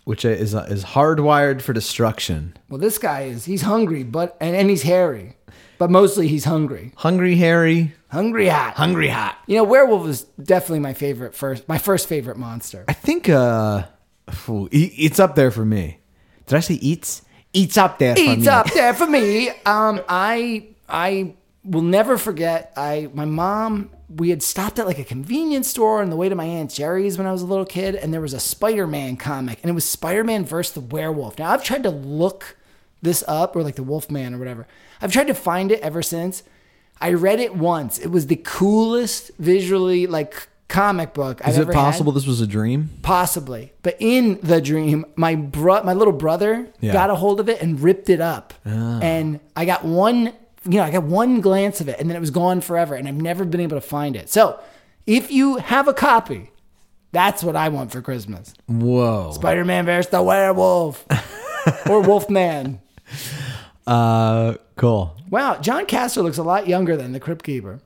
S2: which is uh, is hardwired for destruction.
S3: well, this guy is. He's hungry, but and, and he's hairy, but mostly he's hungry.
S2: Hungry Harry,
S3: Hungry hot.
S2: hungry hot.
S3: You know, werewolf is definitely my favorite first, my first favorite monster.
S2: I think uh, phew, e- it's up there for me. Did I say eats? Eats up there. for
S3: It's
S2: me.
S3: up there for me. Um, I I will never forget. I my mom. We had stopped at like a convenience store on the way to my aunt Jerry's when I was a little kid, and there was a Spider-Man comic, and it was Spider-Man versus the werewolf. Now I've tried to look this up, or like the Wolfman or whatever. I've tried to find it ever since. I read it once. It was the coolest visually like comic book. I've
S2: Is it
S3: ever had.
S2: possible this was a dream?
S3: Possibly. But in the dream, my bro- my little brother
S2: Yeah. Ah.
S3: got a hold of it and ripped it up. And I got one, you know, I got one glance of it and then it was gone forever and I've never been able to find it. So, if you have a copy, that's what I want for Christmas.
S2: Whoa.
S3: Spider-Man versus the werewolf or Wolfman.
S2: uh, cool.
S3: Wow, John Castor looks a lot younger than the Crypt Keeper.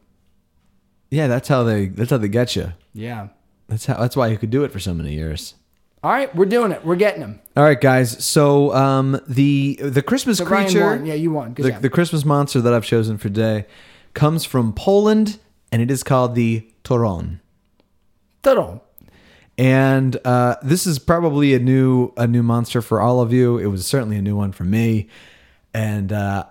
S2: Yeah, that's how they. That's how they get you.
S3: Yeah.
S2: That's how. That's why you could do it for so many years.
S3: All right, we're doing it. We're getting him.
S2: All right, guys. So um, the the Christmas
S3: Ryan
S2: creature,
S3: won. Yeah, you won. Good
S2: the,
S3: job.
S2: the Christmas monster that I've chosen for today, comes from Poland, and it is called the toron.
S3: Tuddle.
S2: and uh, this is probably a new a new monster for all of you. It was certainly a new one for me, and uh,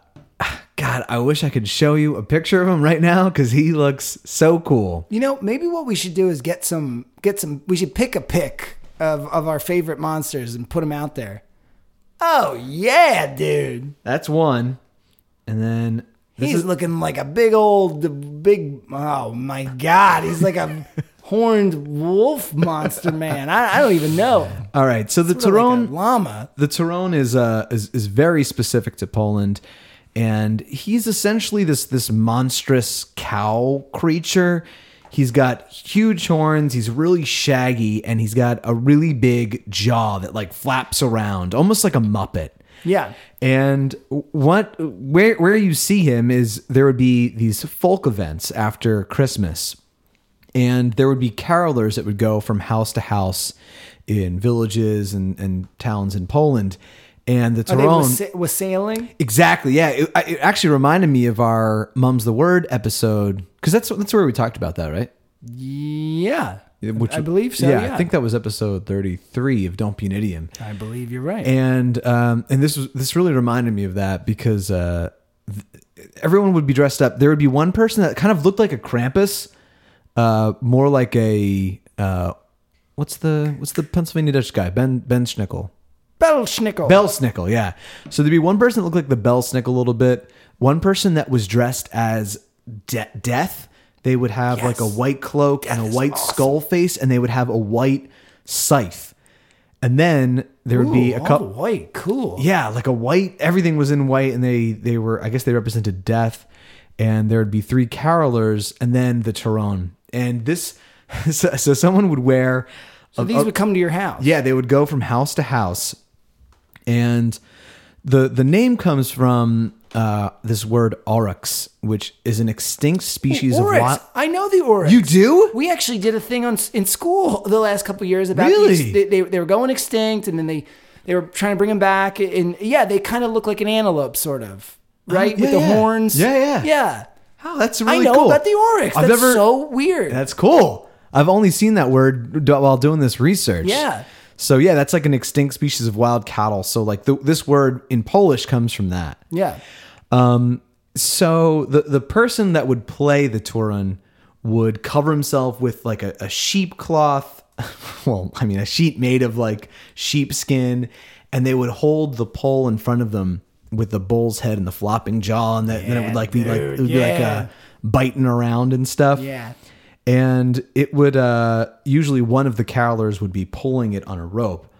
S2: God, I wish I could show you a picture of him right now because he looks so cool.
S3: You know, maybe what we should do is get some, get some. We should pick a pick of of our favorite monsters and put them out there. Oh yeah, dude,
S2: That's one, and then this
S3: he's
S2: is
S3: looking like a big old, big. Oh my god, he's like a horned wolf monster man. I, I don't even know.
S2: all right. So the
S3: Like a
S2: Tyrone,
S3: llama.
S2: the Tyrone is uh is, is very specific to Poland, and he's essentially this this monstrous cow creature. He's got huge horns. He's really shaggy, and he's got a really big jaw that like flaps around, almost like a muppet.
S3: Yeah.
S2: And what where where you see him is there would be these folk events after Christmas. And there would be carolers that would go from house to house in villages and, and towns in Poland. And the
S3: Are Oh, they
S2: Tyrone
S3: wassa- wassailing?
S2: Exactly. Yeah. It, I- it actually reminded me of our Mum's the Word episode because that's that's where we talked about that, right?
S3: Yeah,
S2: Which-
S3: I believe so. Yeah,
S2: I think that was episode thirty-three of Don't Be an Idiom.
S3: I believe you're right.
S2: and um, and this was this really reminded me of that because uh, th- everyone would be dressed up. There would be one person that kind of looked like a Krampus, uh, more like a uh, what's the what's the Pennsylvania Dutch guy Ben Ben Schnickel
S3: Belschnickel.
S2: Bell Snickle, yeah. So there'd be one person that looked like the Bell Snickle a little bit, one person that was dressed as de- Death. They would have like a white cloak and a white skull face, and they would have a white scythe. And then there would be a
S3: all the
S2: couple.
S3: white, cool.
S2: Yeah, like a white. Everything was in white, and they they were. I guess they represented death. And there would be three carolers, and then the Tyrone. And this, so, so someone would wear.
S3: So these would come to your house.
S2: Yeah, they would go from house to house, and the the name comes from uh, this word aurochs, which is an extinct species
S3: Oryx.
S2: of wild.
S3: I know the oryx.
S2: You do?
S3: We actually did a thing on in school the last couple of years about
S2: Really?
S3: these- they, they they were going extinct and then they they were trying to bring them back and yeah they kind of look like an antelope sort of right
S2: Oh, yeah,
S3: with the
S2: yeah.
S3: horns
S2: Yeah, yeah.
S3: yeah.
S2: Oh, that's really
S3: I know
S2: cool.
S3: about the oryx.
S2: I've
S3: That's
S2: never-
S3: so weird.
S2: That's cool. I've only seen that word do- while doing this research.
S3: Yeah.
S2: So yeah, that's like an extinct species of wild cattle. So like the, this word in Polish comes from that.
S3: yeah.
S2: So the the person that would play the Turin would cover himself with like a, a sheep cloth. Well, I mean, a sheet made of like sheepskin, and they would hold the pole in front of them with the bull's head and the flopping jaw, and that, then it would like be like it would be like
S3: yeah.
S2: uh, biting around and stuff.
S3: Yeah.
S2: and it would uh, usually one of the carolers would be pulling it on a rope.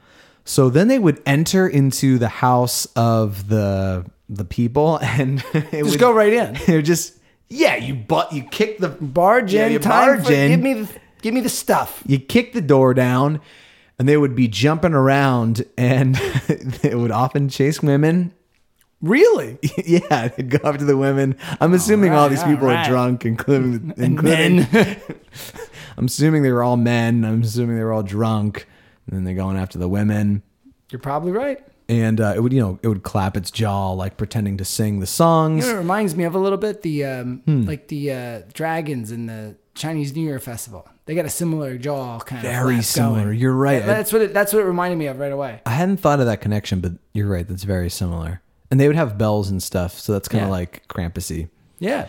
S2: So then they would enter into the house of the the people, and it
S3: Just
S2: would,
S3: go right in.
S2: they're just yeah, you but you kick the
S3: Barge
S2: yeah,
S3: in.
S2: you
S3: time
S2: barge
S3: for-
S2: in.
S3: Give me the give me the stuff.
S2: you kick the door down, and they would be jumping around, and they would often chase women.
S3: Really?
S2: yeah, they'd go after the women. I'm assuming all,
S3: right,
S2: these people
S3: all
S2: are
S3: right.
S2: drunk, including including. I'm assuming they were all men. I'm assuming they were all drunk, and then they're going after the women.
S3: You're probably right.
S2: And uh, it would, you know, it would clap its jaw like pretending to sing the songs.
S3: You know, what it reminds me of a little bit the um,
S2: Hmm.
S3: like the uh, dragons in the Chinese New Year festival. They got a similar jaw kind of
S2: Very
S3: flap
S2: similar.
S3: going.
S2: You're right. I-
S3: That's what it, that's what it reminded me of right away.
S2: I hadn't thought of that connection, but you're right. That's very similar. And they would have bells and stuff, so that's kind of
S3: Yeah.
S2: like Krampusy.
S3: Yeah,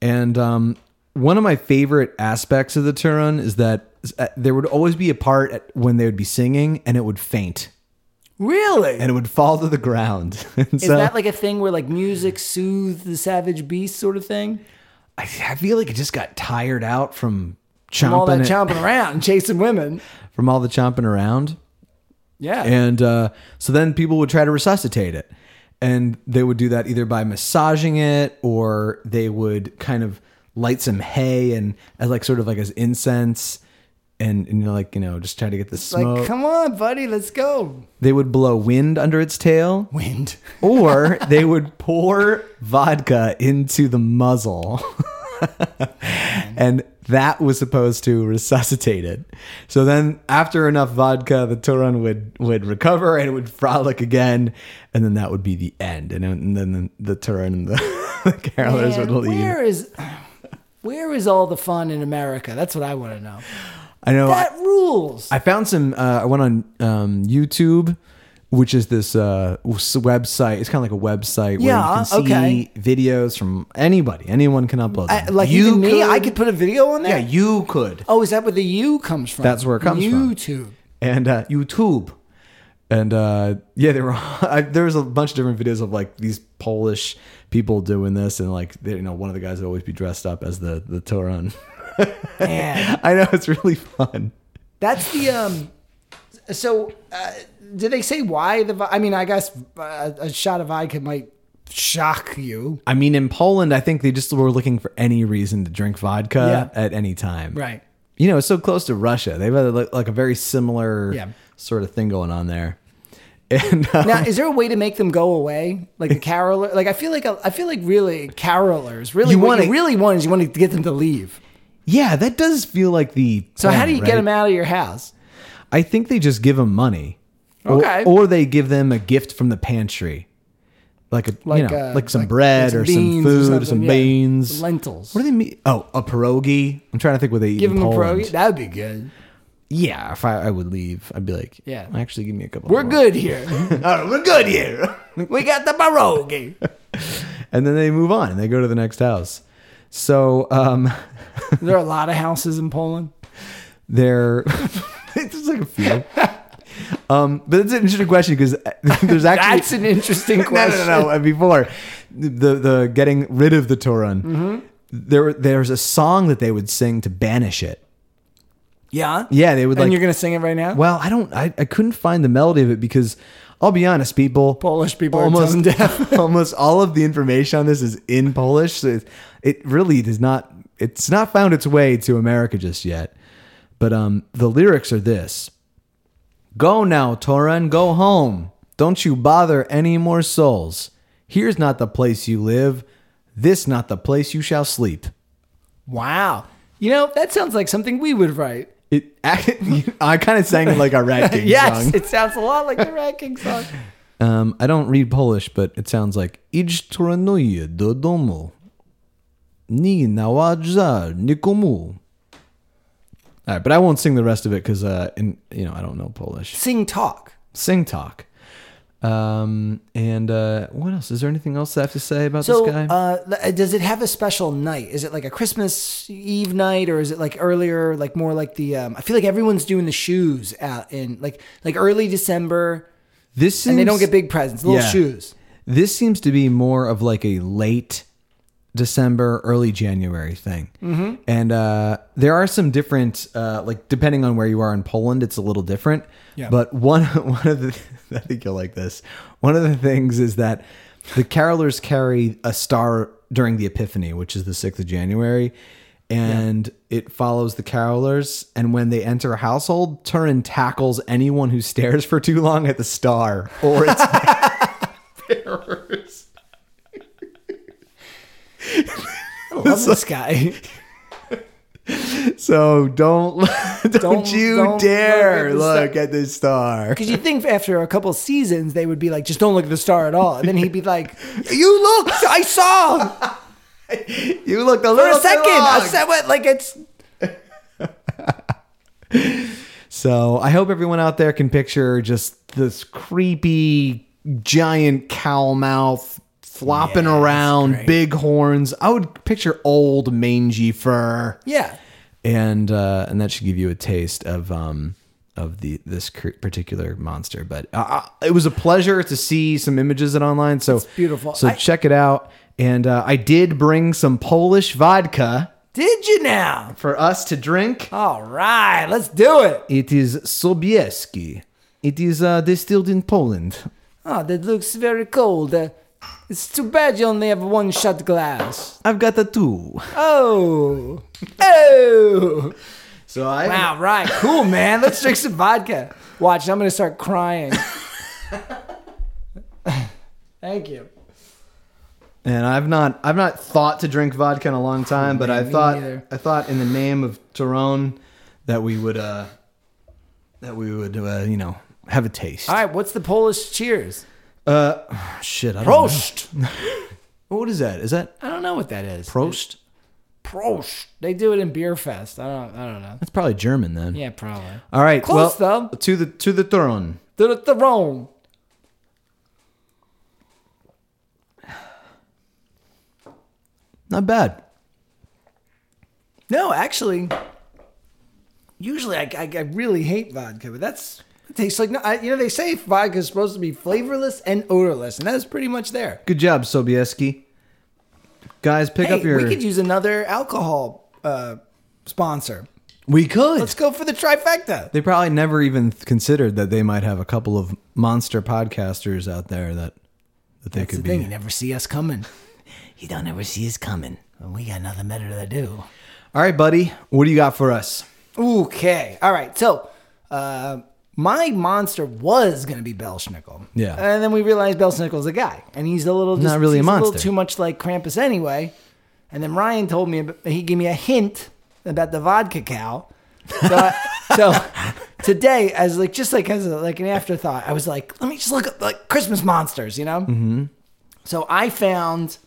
S2: And um, one of my favorite aspects of the Turin is that uh, there would always be a part at, when they would be singing, and it would faint,
S3: really.
S2: and it would fall to the ground. and
S3: Is
S2: so
S3: that like a thing where like music soothes the savage beast sort of thing?
S2: I, I feel like it just got tired out from chomping,
S3: All that
S2: it-
S3: chomping around, and chasing women.
S2: from all the chomping around.
S3: Yeah,
S2: And uh, so then people would try to resuscitate it. And they would do that either by massaging it or they would kind of light some hay and as like sort of like as incense and, and you know, like, you know, just try to get the
S3: like
S2: smoke.
S3: come on, buddy, let's go.
S2: they would blow wind under its tail
S3: Wind.
S2: or they would pour vodka into the muzzle. and that was supposed to resuscitate it. So then after enough vodka, the Turan would would recover and it would frolic again, and then that would be the end. And, then- and then the, the Turan and the, the carolers would
S3: Man,
S2: leave.
S3: where is where is all the fun in America? That's what I want to know.
S2: I know I-
S3: That rules.
S2: I found some. Uh, I went on um, YouTube, which is this uh, s- website. It's kind of like a website
S3: Yeah,
S2: where you can see
S3: okay.
S2: videos from anybody. Anyone can upload them.
S3: I- like even me, I could put a video on there.
S2: Yeah, you could.
S3: Oh, is that where the U comes from?
S2: That's where it comes from.
S3: YouTube.
S2: And uh, YouTube. And uh, yeah, there were I, there was a bunch of different videos of like these Polish people doing this, and like they, you know one of the guys would always be dressed up as the the Toran.
S3: Man,
S2: I know it's really fun.
S3: that's the um. So, uh, did they say why the? vi- I mean, I guess uh, a shot of vodka might shock you.
S2: I mean, in Poland, I think they just were looking for any reason to drink vodka
S3: Yeah.
S2: at any time.
S3: Right.
S2: You know, it's so close to Russia. They've had like, like a very similar
S3: Yeah.
S2: sort of thing going on there. And uh,
S3: Now, is there a way to make them go away, like the caroler? Like I feel like I feel like really carolers. Really,
S2: You
S3: what
S2: wanna-
S3: you really want is you want to get them to leave.
S2: yeah, that does feel like the.
S3: So how do you get them
S2: out?
S3: out of your house?
S2: I think they just give them money. Or-
S3: Okay.
S2: Or, they give them a gift from the pantry, like a like,
S3: Like
S2: you know,
S3: uh,
S2: like some bread or some
S3: beans
S2: food or some
S3: something, yeah.
S2: beans.
S3: lentils.
S2: What do they mean? Oh, a pierogi. I'm trying to think what they eat.
S3: Give
S2: in
S3: them a pro.
S2: Poland.
S3: That'd be good.
S2: Yeah, if I, I would leave, I'd be like,
S3: Yeah.
S2: actually, give me a couple.
S3: We're
S2: more.
S3: good here.
S2: All right, we're good here.
S3: we got the pierogi.
S2: and then they move on and they go to the next house. So um,
S3: There are a lot of houses in Poland.
S2: they're it's just like a few. Um, but it's an interesting question because there's actually
S3: That's an interesting
S2: no, no,
S3: question.
S2: no, no. uh, Before the the getting rid of the
S3: Mm-hmm.
S2: Torun, there there's a song that they would sing to banish it.
S3: Yeah.
S2: Yeah, they would
S3: And
S2: like.
S3: you're gonna sing it right now?
S2: well, I don't. I, I couldn't find the melody of it because I'll be honest, people.
S3: Polish people are tone deaf.
S2: almost all of the information on this is in Polish. So it, it really does not. It's not found its way to America just yet. But um, the lyrics are this: Go now, Toran, go home. Don't you bother any more souls. Here's not the place you live. This not the place you shall sleep.
S3: wow. You know that sounds like something we would write.
S2: It. I kind of sang it like a Rat King
S3: Yes,
S2: song.
S3: it sounds a lot like the Rat King song.
S2: Um, I don't read Polish, but it sounds like Idź tronuję do domu. Nie naładza nikomu. All right, but I won't sing the rest of it because, uh, in you know, I don't know Polish.
S3: Sing talk.
S2: Sing talk. Um, and uh, what else? Is there anything else I have to say about
S3: So,
S2: this guy?
S3: uh, does it have a special night? Is it like a Christmas Eve night, or is it like earlier, like more like the? Um, I feel like everyone's doing the shoes out in like like early December,
S2: this seems,
S3: and they don't get big presents, little
S2: Yeah.
S3: shoes.
S2: This seems to be more of like a late December, early January thing. Mm-hmm. And uh, there are some different, uh, like depending on where you are in Poland, it's a little different. Yeah. But one one of the I think you'll like this. One of the things is that the carolers carry a star during the Epiphany, which is the sixth of January. And it follows the carolers, and when they enter a household, Turin tackles anyone who stares for too long at the star or its
S3: I love this guy.
S2: So don't don't,
S3: Don't-
S2: you
S3: don't
S2: dare
S3: look
S2: look at this star.
S3: Because you think after a couple seasons they would be like, just don't look at the star at all, and then he'd be like,
S2: You looked.
S3: I saw
S2: You looked a
S3: for
S2: little
S3: a
S2: too
S3: second. I
S2: long.
S3: said what? Like it's
S2: So I hope everyone out there can picture just this creepy giant cow mouth flopping around, big horns. I would picture old mangy fur,
S3: yeah.
S2: and uh, and that should give you a taste of um of the this cr- particular monster. But uh, uh, it was a pleasure to see some images and online. So
S3: beautiful.
S2: So
S3: I-
S2: check it out. And uh, I did bring some Polish vodka
S3: Did you now?
S2: for us to drink.
S3: All right, let's do it.
S2: It is Sobieski. It is uh, distilled in Poland.
S3: Oh, that looks very cold. Uh, it's too bad you only have one shot glass.
S2: I've got a two.
S3: Oh. Oh.
S2: So I
S3: Wow, right. Cool, man. Let's drink some vodka. Watch, I'm going to start crying. Thank you.
S2: and I've not I've not thought to drink vodka in a long time, but
S3: Man,
S2: I
S3: me
S2: thought
S3: neither.
S2: I thought in the name of Tyrone that we would uh that we would uh, you know have a taste.
S3: All right, what's the Polish cheers?
S2: Uh, shit. I don't
S3: Prost.
S2: know. What is that? Is that
S3: I don't know what that is.
S2: Prost?
S3: Prost. They do it in Beer Fest. I don't, I don't know.
S2: That's probably German then.
S3: Yeah, probably.
S2: All right.
S3: Close,
S2: well,
S3: though.
S2: to the to the throne.
S3: To the throne.
S2: Not bad.
S3: No, actually, usually I, I, I really hate vodka, but that's it tastes like no. I, you know, they say vodka is supposed to be flavorless and odorless, and that's pretty much there.
S2: Good job, Sobieski. Guys, pick
S3: Hey,
S2: up your.
S3: we could use another alcohol uh, sponsor.
S2: we could.
S3: Let's go for the trifecta.
S2: They probably never even th- considered that they might have a couple of monster podcasters out there that that they
S3: That's the
S2: could
S3: thing;
S2: be.
S3: you never see us coming. You don't ever see us coming. We got nothing better to do.
S2: All right, buddy, what do you got for us?
S3: Okay. All right. So, uh, my monster was going to be Belschnickel.
S2: Yeah.
S3: And then we realized Belschnickel's a guy, and he's a little just,
S2: Not really a
S3: he's
S2: monster.
S3: little too much like Krampus anyway. And then Ryan told me ab- he gave me a hint about the vodka cow. So, I- so today, as like just like as a, like an afterthought, I was like, let me just look up like Christmas monsters, you know. Mm-hmm. So I found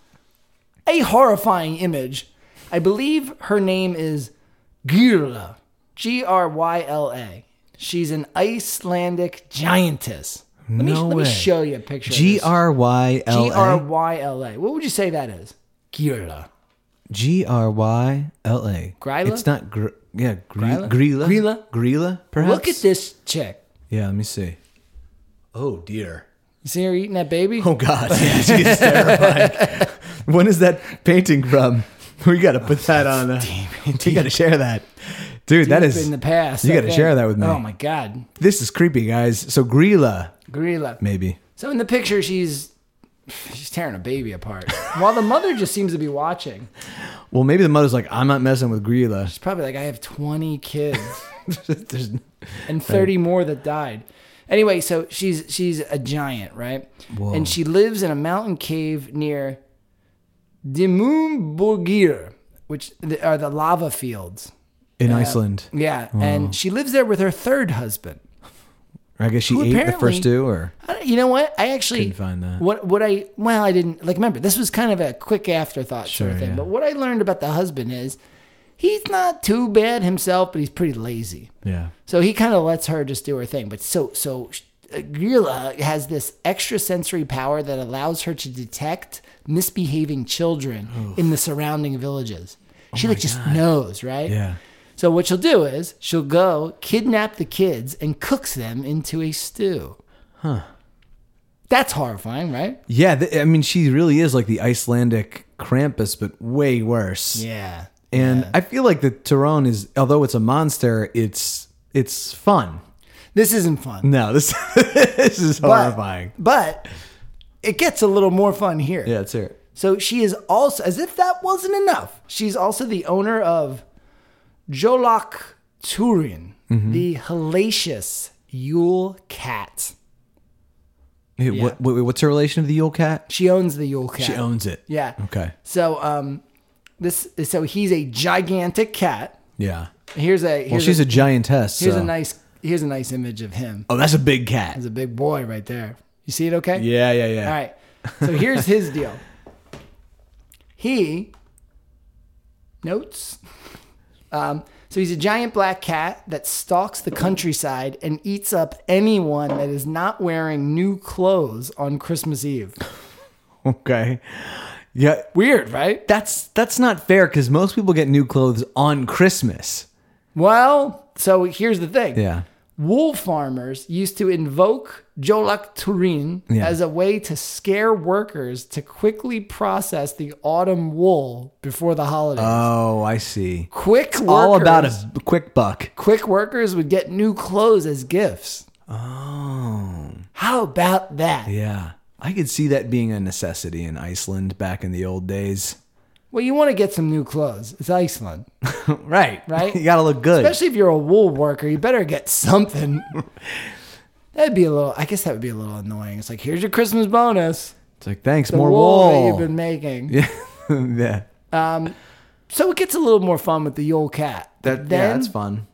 S3: a horrifying image. I believe her name is Gyrla, G R Y L A. She's an Icelandic giantess. Let me
S2: No
S3: let me
S2: way.
S3: show you a picture.
S2: G R Y
S3: G R
S2: L A.
S3: Y L A. What would you say that is? Gyrla.
S2: G R Y L A.
S3: Gryla?
S2: It's not gr- yeah, gr-
S3: Gryla?
S2: Grilla.
S3: Grilla?
S2: Grilla, perhaps.
S3: Look at this chick.
S2: Yeah, let me see. Oh dear.
S3: You see her eating that baby?
S2: Oh god. Yeah, she's terrifying. when is that painting from? We got to put that on. Uh, we got to share that. Dude, that is
S3: in the past.
S2: You got to
S3: thing.
S2: share that with me.
S3: Oh my god,
S2: This is creepy, guys. So Grilla,
S3: gorilla.
S2: maybe.
S3: So in the picture, she's she's tearing a baby apart, while the mother just seems to be watching.
S2: Well, maybe the mother's like, I'm not messing with Grilla.
S3: She's probably like, I have twenty kids.
S2: There's-
S3: and 30 more that died. Anyway, so she's she's a giant, right? And she lives in a mountain cave near Dimumborgir, which th- are the lava fields.
S2: in Iceland,
S3: Yeah, and she lives there with her third husband.
S2: I guess she
S3: Who
S2: ate the first
S3: apparently-
S2: two, or
S3: I don't- You know what? I actually
S2: Couldn't find that.
S3: What what I well, I didn't like. Remember, this was kind of a quick afterthought sort of
S2: Sure,
S3: thing.
S2: yeah.
S3: But what I learned about the husband is he's not too bad himself, but he's pretty lazy.
S2: yeah,
S3: So he kind of lets her just do her thing. But so so uh, Grilla has this extrasensory power that allows her to detect misbehaving children in the surrounding villages. She like just knows, right?
S2: yeah.
S3: So what she'll do is she'll go kidnap the kids and cooks them into a stew. Huh. That's horrifying, right?
S2: Yeah, th- I mean, she really is like the Icelandic Krampus, but way worse.
S3: Yeah.
S2: And I feel like the Tyrone is, although it's a monster, it's it's fun.
S3: This isn't fun.
S2: No, this this is
S3: But-
S2: horrifying.
S3: But it gets a little more fun here.
S2: Yeah, it's her.
S3: So she is also, as if that wasn't enough, she's also the owner of Jolok Turin,
S2: Mm-hmm.
S3: the hellacious Yule cat.
S2: Wait, what, wait, wait, what's her relation to the Yule Cat?
S3: She owns the Yule cat.
S2: She owns it.
S3: Yeah.
S2: Okay.
S3: So um, this so he's a gigantic cat.
S2: Yeah.
S3: Here's a here's
S2: Well, she's a giantess.
S3: here's
S2: so-
S3: a nice here's a nice image of him.
S2: Oh, that's a big cat.
S3: He's a big boy right there. You see it? Okay.
S2: Yeah, yeah, yeah.
S3: All right. So here's his deal. He notes. Um, so he's a giant black cat that stalks the countryside and eats up anyone that is not wearing new clothes on Christmas Eve.
S2: Okay. Yeah.
S3: Weird, right?
S2: That's that's not fair because most people get new clothes on Christmas.
S3: Well, so here's the thing.
S2: Yeah.
S3: Wool farmers used to invoke Jolak Turin
S2: Yeah.
S3: as a way to scare workers to quickly process the autumn wool before the holidays.
S2: Oh, I see.
S3: quick workers,
S2: All about a b- quick buck.
S3: quick workers would get new clothes as gifts.
S2: Oh.
S3: How about that?
S2: Yeah. I could see that being a necessity in Iceland back in the old days.
S3: Well, you want to get some new clothes. It's Iceland.
S2: Right.
S3: Right?
S2: you got to look good.
S3: Especially if you're a wool worker, you better get something. That'd be a little I guess that would be a little annoying. It's like, here's your Christmas bonus.
S2: it's like, thanks,
S3: The
S2: more
S3: wool, that
S2: wool.
S3: you've been making.
S2: yeah. yeah.
S3: So it gets a little more fun with the Yule cat.
S2: That,
S3: then
S2: yeah, that's fun.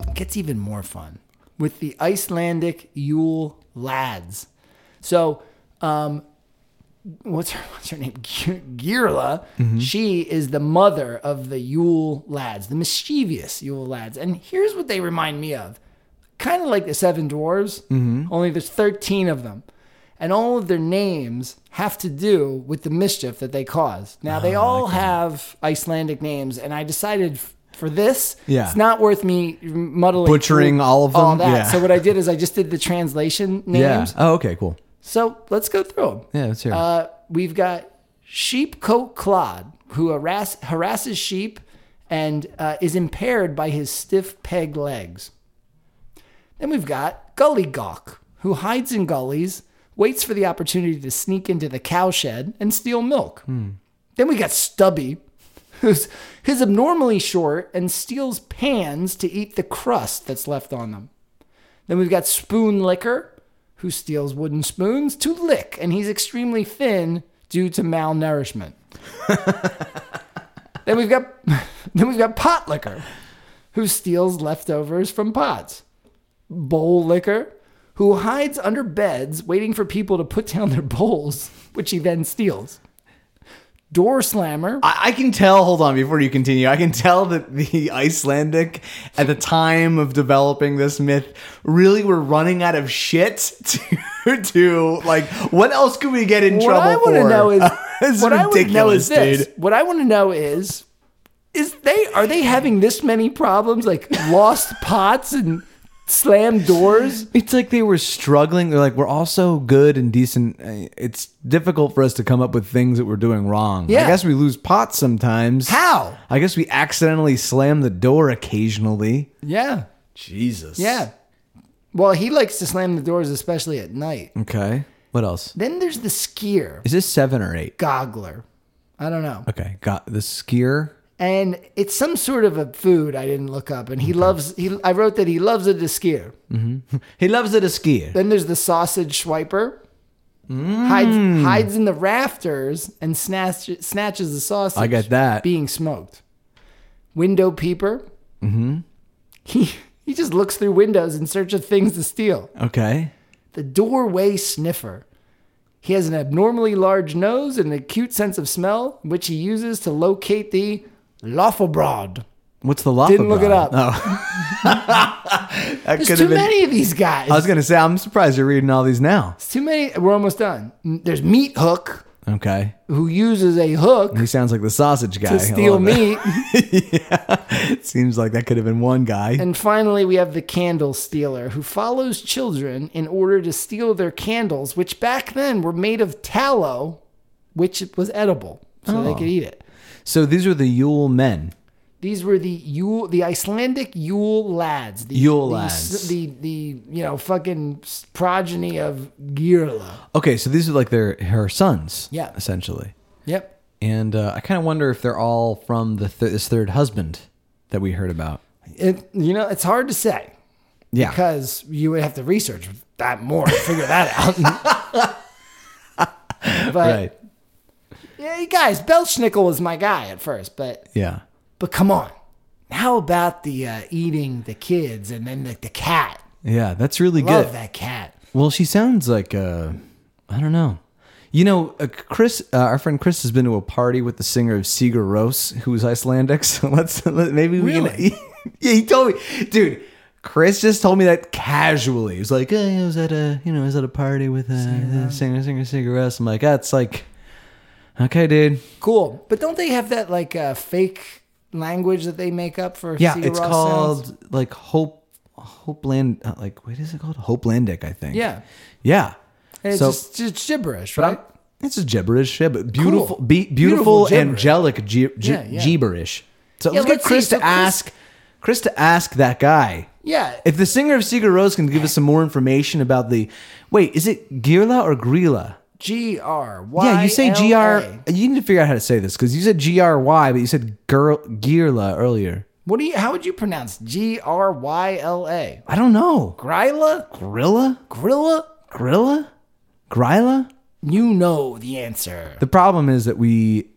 S3: it gets even more fun with the Icelandic Yule lads. So, um, what's her what's her name? Girla.
S2: Mm-hmm.
S3: She is the mother of the Yule lads, the mischievous Yule lads. And here's what they remind me of: kind of like the Seven Dwarves,
S2: Mm-hmm.
S3: only there's thirteen of them. And all of their names have to do with the mischief that they cause. Now,
S2: Ah,
S3: they all have Icelandic names, and I decided f- for this,
S2: Yeah.
S3: it's not worth me muddling.
S2: Butchering
S3: through
S2: all of
S3: All
S2: them?
S3: that.
S2: Yeah.
S3: So, what I did is I just did the translation names.
S2: Yeah. Oh, okay, cool.
S3: So let's go through them.
S2: Yeah, let's hear it.
S3: Uh, we've got Sheepcoat Clod, who harass, harasses sheep and uh, is impaired by his stiff peg legs. Then we've got Gully Gawk, who hides in gullies, waits for the opportunity to sneak into the cow shed and steal milk. Then we got Stubby, who's who's abnormally short and steals pans to eat the crust that's left on them. Then we've got Spoon Licker, who steals wooden spoons to lick, and he's extremely thin due to malnourishment. then we've got then we've got Pot Licker, who steals leftovers from pots. Bowl Licker, who hides under beds waiting for people to put down their bowls, which he then steals. Door Slammer.
S2: I, I can tell. Hold on, before you continue, I can tell that the Icelandic, at the time of developing this myth, really were running out of shit to to like what else could we get in
S3: what
S2: trouble
S3: I want to
S2: for?
S3: know is
S2: It's
S3: what I want to know
S2: ridiculous,
S3: is this.
S2: dude.
S3: What I want to know is is they are they having this many problems like lost pots and slam doors.
S2: It's like they were struggling. They're like, we're all so good and decent. Uh, It's difficult for us to come up with things that we're doing wrong. I
S3: Yeah.
S2: guess we lose pots sometimes.
S3: How?
S2: I guess we accidentally slam the door occasionally.
S3: Yeah.
S2: Jesus.
S3: Yeah. Well, he likes to slam the doors, especially at night.
S2: Okay. What else?
S3: Then there's the skier,
S2: Is this seven or eight?
S3: goggler. I don't know.
S2: Okay. Got the skier.
S3: And it's some sort of a food I didn't look up. And he loves, he, I wrote that he loves a skier.
S2: He loves it a skier.
S3: Then there's the sausage swiper.
S2: Mm.
S3: Hides, hides in the rafters and snatch, snatches the sausage.
S2: I get that.
S3: Being smoked. Window peeper. Mm-hmm. He, he just looks through windows in search of things to steal.
S2: Okay.
S3: The doorway sniffer. He has an abnormally large nose and an acute sense of smell, which he uses to locate the loffelbrod.
S2: What's the lava?
S3: Didn't look it up.
S2: Oh. that
S3: There's
S2: could
S3: too
S2: have been.
S3: many of these guys.
S2: I was going to say, I'm surprised you're reading all these now.
S3: It's too many. We're almost done. There's meat hook,
S2: Okay.
S3: who uses a hook
S2: He sounds like the sausage guy.
S3: to steal meat.
S2: It seems like that could have been one guy.
S3: and finally, we have the candle stealer, who follows children in order to steal their candles, which back then were made of tallow, which was edible, so they
S2: Oh.
S3: could eat it.
S2: so these are the Yule men.
S3: These were the Yule, the Icelandic Yule lads. The,
S2: Yule
S3: the-
S2: lads.
S3: The, the you know fucking s- progeny of Girla.
S2: Okay, so these are like their her sons.
S3: Yeah.
S2: essentially.
S3: Yep.
S2: And uh, I kind of wonder if they're all from the th- this third husband that we heard about.
S3: It, you know it's hard to say
S2: Yeah.
S3: because you would have to research that more to figure that out. but
S2: right.
S3: yeah, you guys, Belschnickel was my guy at first, but
S2: Yeah.
S3: but come on, how about the uh, eating the kids and then the, the cat?
S2: Yeah, that's really
S3: Love
S2: good.
S3: that cat.
S2: Well, she sounds like uh, I don't know. You know, uh, Chris, uh, our friend Chris has been to a party with the singer of Sigur Rós, who is Icelandic. So let's let, maybe we
S3: Really?
S2: can. yeah, he told me, dude. Chris just told me that casually. He was like, "Hey, I was at a you know, I was at a party with a singer, singer, singer Sigur Rós." I'm like, "That's like, okay, dude.
S3: Cool, but don't they have that like uh, fake language that they make up for?
S2: Yeah,
S3: Sigur
S2: it's
S3: Rós
S2: called
S3: sounds?
S2: like Hope Hopeland. uh, Like, what is it called? Hopelandic, I think.
S3: Yeah,
S2: yeah.
S3: and it's
S2: So-
S3: just, just gibberish,
S2: But
S3: right?
S2: I'm, it's just gibberish, yeah, but beautiful,
S3: Cool.
S2: be, beautiful,
S3: Beautiful gibberish.
S2: angelic gi- gi-
S3: Yeah, yeah.
S2: gibberish. So
S3: Yeah,
S2: let's get
S3: let's see,
S2: Chris
S3: so
S2: to
S3: Chris-
S2: ask Chris to ask that guy.
S3: yeah,
S2: If the singer of Sigur Rós can give us some more information about the wait, is it Girla or Grilla?
S3: G R Y.
S2: Yeah, you say
S3: L A.
S2: gr. You need to figure out how to say this because you said gry, but you said girl Girla earlier.
S3: What do you? How would you pronounce G R Y L A?
S2: I don't know.
S3: Gryla,
S2: Grilla,
S3: Grilla.
S2: Grilla, Grilla.
S3: You know the answer.
S2: The problem is that we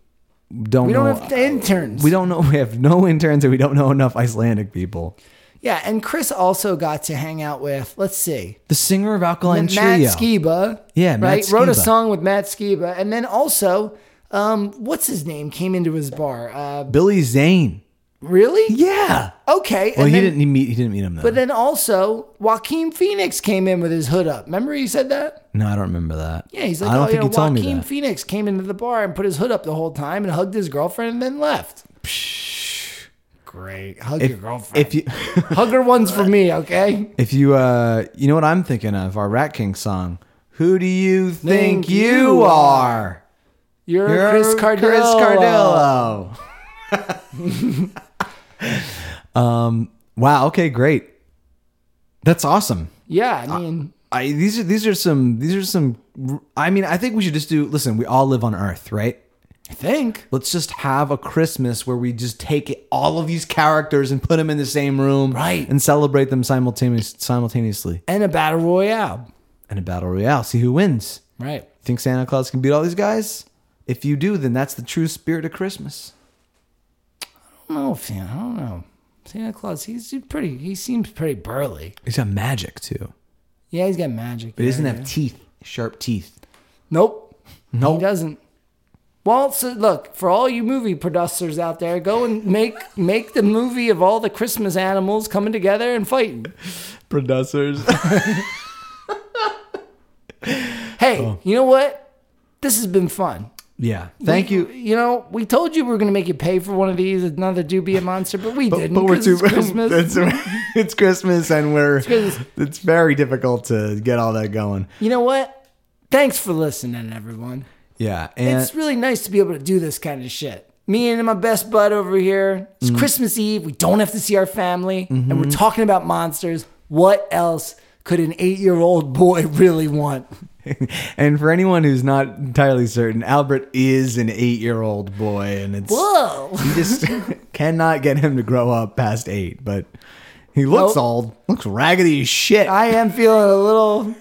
S2: don't
S3: We
S2: know.
S3: don't have interns.
S2: uh, we don't know. We have no interns, and we don't know enough Icelandic people.
S3: Yeah, and Chris also got to hang out with. Let's see.
S2: The singer of Alkaline
S3: And
S2: Trio.
S3: Matt Skiba.
S2: Yeah, Matt
S3: right. Wrote a
S2: Skiba.
S3: song with Matt Skiba, and then also, um, what's his name came into his bar. Uh,
S2: Billy Zane.
S3: really?
S2: Yeah.
S3: Okay.
S2: Well,
S3: and
S2: he
S3: then,
S2: didn't he meet. He didn't meet him though.
S3: But then also, Joaquin Phoenix came in with his hood up. Remember he said that?
S2: no, I don't remember that.
S3: Yeah, he's like,
S2: I don't
S3: oh,
S2: think
S3: you know,
S2: he told me
S3: Joaquin
S2: that.
S3: Phoenix came into the bar and put his hood up the whole time and hugged his girlfriend and then left. Great. Hug your girlfriend.
S2: If you,
S3: Hug her once for me, okay?
S2: if you, uh, you know what I'm thinking of our Rat King song. Who do you think, you are?
S3: You're,
S2: You're
S3: Chris Cardillo.
S2: Chris Cardillo. um. Um, Wow. Okay. Great. That's awesome.
S3: Yeah,
S2: Uh,
S3: I mean,
S2: I these are these are some these are some. I mean, I think we should just do. Listen, we all live on Earth, right?
S3: I think.
S2: Let's just have a Christmas where we just take all of these characters and put them in the same room,
S3: Right.
S2: And celebrate them simultaneous, simultaneously
S3: And a battle royale.
S2: in a battle royale. See who wins.
S3: Right.
S2: Think Santa Claus can beat all these guys? If you do, then that's the true spirit of Christmas.
S3: I don't know, fan. I don't know. Santa Claus, he's pretty, he seems pretty burly.
S2: He's got magic too,
S3: Yeah, he's got magic.
S2: but he doesn't
S3: yeah,
S2: have teeth, sharp teeth.
S3: Nope.
S2: Nope.
S3: He doesn't. Well, so look, for all you movie producers out there, go and make make the movie of all the Christmas animals coming together and fighting.
S2: Producers. Oh.
S3: Hey, you know what? This has been fun.
S2: Yeah. Thank you.
S3: You know, we told you we were going to make you pay for one of these, another do be a monster, but we
S2: But,
S3: didn't.
S2: but we're
S3: 'cause
S2: too
S3: it's Christmas.
S2: it's, it's Christmas and we're it's,
S3: Christmas.
S2: very difficult to get all that going.
S3: you know what? Thanks for listening, everyone.
S2: Yeah. And
S3: it's really nice to be able to do this kind of shit. Me and my best bud over here. It's Christmas Eve. We don't have to see our family, and we're talking about monsters. What else could an eight-year-old boy really want?
S2: and for anyone who's not entirely certain, Albert is an 8-year-old boy and it's
S3: Whoa!
S2: you just cannot get him to grow up past 8, but he looks
S3: Nope.
S2: old, looks raggedy as shit.
S3: I am feeling a little.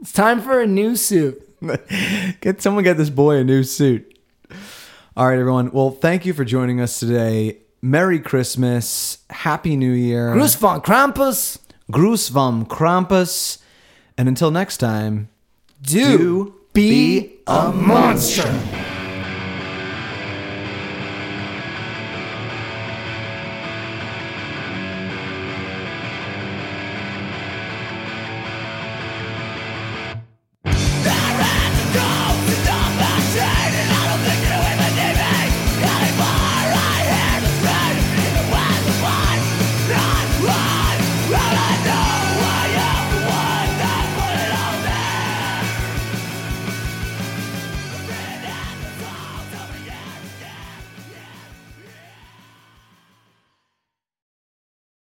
S3: It's time for a new suit.
S2: get someone get this boy a new suit. All right, everyone. Well, thank you for joining us today. Merry Christmas, Happy New Year.
S3: Bruce von Krampus.
S2: Gruß vom Krampus. And until next time,
S3: Do,
S2: be
S3: a monster.